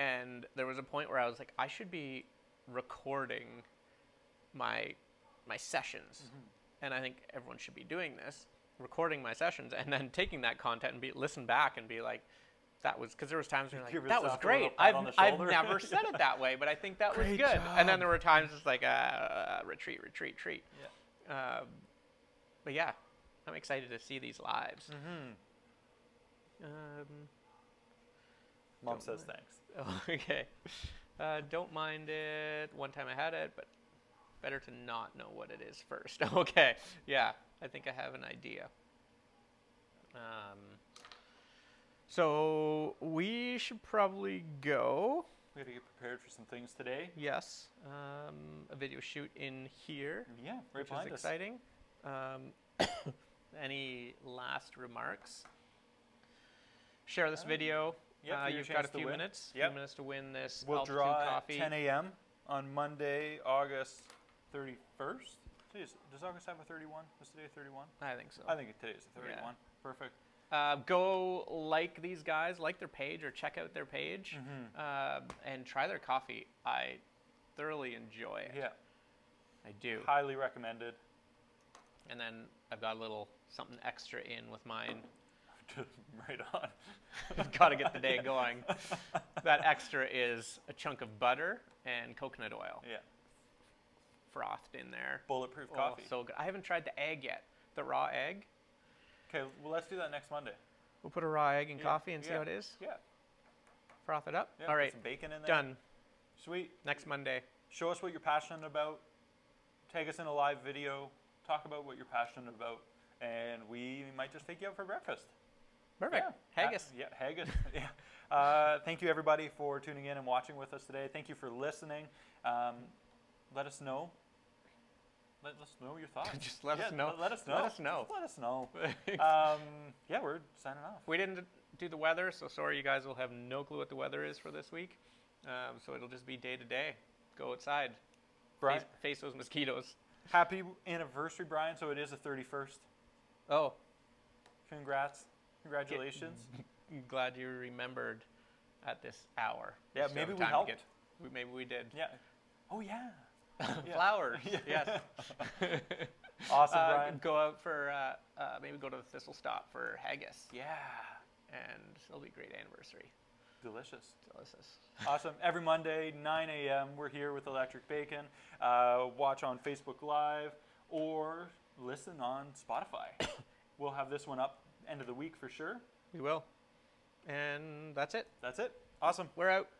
[SPEAKER 2] And there was a point where I was like, I should be recording my my sessions.
[SPEAKER 1] Mm-hmm.
[SPEAKER 2] And I think everyone should be doing this, recording my sessions and then taking that content and be listen back and be like that was because there was times when you're
[SPEAKER 1] Give
[SPEAKER 2] like, that was
[SPEAKER 1] yourself a little
[SPEAKER 2] great.
[SPEAKER 1] pat
[SPEAKER 2] I've,
[SPEAKER 1] on the
[SPEAKER 2] I've
[SPEAKER 1] shoulder."
[SPEAKER 2] never said it that way, but I think that was
[SPEAKER 1] Great
[SPEAKER 2] good. And
[SPEAKER 1] job.
[SPEAKER 2] then there were times it's like, uh, retreat, retreat, retreat.
[SPEAKER 1] Yeah.
[SPEAKER 2] Um, but yeah, I'm excited to see these lives.
[SPEAKER 1] Mm-hmm.
[SPEAKER 2] Um,
[SPEAKER 1] Mom
[SPEAKER 2] Don't
[SPEAKER 1] says
[SPEAKER 2] mind.
[SPEAKER 1] thanks.
[SPEAKER 2] Um, okay. Uh, don't mind it. One time I had it, but better to not know what it is first. okay. Yeah, I think I have an idea. Um, so we should probably go.
[SPEAKER 1] We gotta get prepared for some things today.
[SPEAKER 2] Yes. Um, a video shoot in here.
[SPEAKER 1] Yeah, right
[SPEAKER 2] which
[SPEAKER 1] behind
[SPEAKER 2] is
[SPEAKER 1] us.
[SPEAKER 2] exciting. Um, any last remarks? Share this
[SPEAKER 1] Um,
[SPEAKER 2] video.
[SPEAKER 1] yeah, for
[SPEAKER 2] uh,
[SPEAKER 1] your
[SPEAKER 2] you've got
[SPEAKER 1] chance
[SPEAKER 2] a
[SPEAKER 1] to
[SPEAKER 2] few
[SPEAKER 1] win.
[SPEAKER 2] minutes.
[SPEAKER 1] Yep.
[SPEAKER 2] Few minutes to win this
[SPEAKER 1] We'll
[SPEAKER 2] altitude
[SPEAKER 1] draw
[SPEAKER 2] coffee.
[SPEAKER 1] at 10 a.m. on Monday, August 31st. Please, does August have a 31? Is today 31?
[SPEAKER 2] I think so.
[SPEAKER 1] I think today is a
[SPEAKER 2] Yeah.
[SPEAKER 1] 31. Perfect.
[SPEAKER 2] Uh, go like these guys, like their page, or check out their page,
[SPEAKER 1] Mm-hmm.
[SPEAKER 2] uh, and try their coffee. I thoroughly enjoy it.
[SPEAKER 1] Yeah,
[SPEAKER 2] I do.
[SPEAKER 1] highly recommended.
[SPEAKER 2] And then I've got a little something extra in with mine.
[SPEAKER 1] right on.
[SPEAKER 2] got to get the day going. that extra is a chunk of butter and coconut oil
[SPEAKER 1] Yeah,
[SPEAKER 2] frothed in there.
[SPEAKER 1] bulletproof
[SPEAKER 2] Oh,
[SPEAKER 1] coffee.
[SPEAKER 2] so good. I haven't tried the egg yet. The raw egg.
[SPEAKER 1] okay, well, let's do that next Monday.
[SPEAKER 2] We'll put a raw egg in
[SPEAKER 1] Yeah,
[SPEAKER 2] coffee and see
[SPEAKER 1] yeah,
[SPEAKER 2] how it is.
[SPEAKER 1] Yeah.
[SPEAKER 2] Froth it up.
[SPEAKER 1] yeah
[SPEAKER 2] All
[SPEAKER 1] put
[SPEAKER 2] right,
[SPEAKER 1] Some bacon in there.
[SPEAKER 2] done.
[SPEAKER 1] Sweet.
[SPEAKER 2] Next Monday.
[SPEAKER 1] Show us what you're passionate about. Take us in a live video. Talk about what you're passionate about, and we might just take you out for breakfast.
[SPEAKER 2] Perfect.
[SPEAKER 1] Yeah.
[SPEAKER 2] Haggis.
[SPEAKER 1] Uh, yeah, haggis. yeah. Uh, thank you, everybody, for tuning in and watching with us today. Thank you for listening. Um, let us know. Let us know your thoughts.
[SPEAKER 2] Just let us
[SPEAKER 1] Yeah,
[SPEAKER 2] know.
[SPEAKER 1] Let us know.
[SPEAKER 2] Let us know.
[SPEAKER 1] Just let us know. um, yeah, we're signing off.
[SPEAKER 2] we didn't do the weather, so sorry you guys will have no clue what the weather is for this week. Um, so it'll just be day to day. Go outside.
[SPEAKER 1] Brian,
[SPEAKER 2] Face, face those mosquitoes.
[SPEAKER 1] happy anniversary, Brian. So it is the 31st.
[SPEAKER 2] Oh,
[SPEAKER 1] Congrats. Congratulations.
[SPEAKER 2] I'm glad you remembered at this hour.
[SPEAKER 1] Yeah,
[SPEAKER 2] Just
[SPEAKER 1] maybe
[SPEAKER 2] have
[SPEAKER 1] we
[SPEAKER 2] time to
[SPEAKER 1] helped.
[SPEAKER 2] we, maybe we did.
[SPEAKER 1] Yeah. Oh, yeah. Yeah.
[SPEAKER 2] Flowers.
[SPEAKER 1] Yeah.
[SPEAKER 2] Yes.
[SPEAKER 1] Awesome,
[SPEAKER 2] Uh,
[SPEAKER 1] Brian.
[SPEAKER 2] go out for uh, uh, maybe go to the Thistle Stop for haggis,
[SPEAKER 1] Yeah.
[SPEAKER 2] and it'll be a great anniversary.
[SPEAKER 1] Delicious.
[SPEAKER 2] Delicious.
[SPEAKER 1] Awesome. Every Monday, 9 a.m., we're here with Electric Bacon. Uh, watch on Facebook Live or listen on Spotify. we'll have this one up end of the week for sure.
[SPEAKER 2] We will. And that's it.
[SPEAKER 1] That's it. Awesome.
[SPEAKER 2] We're out.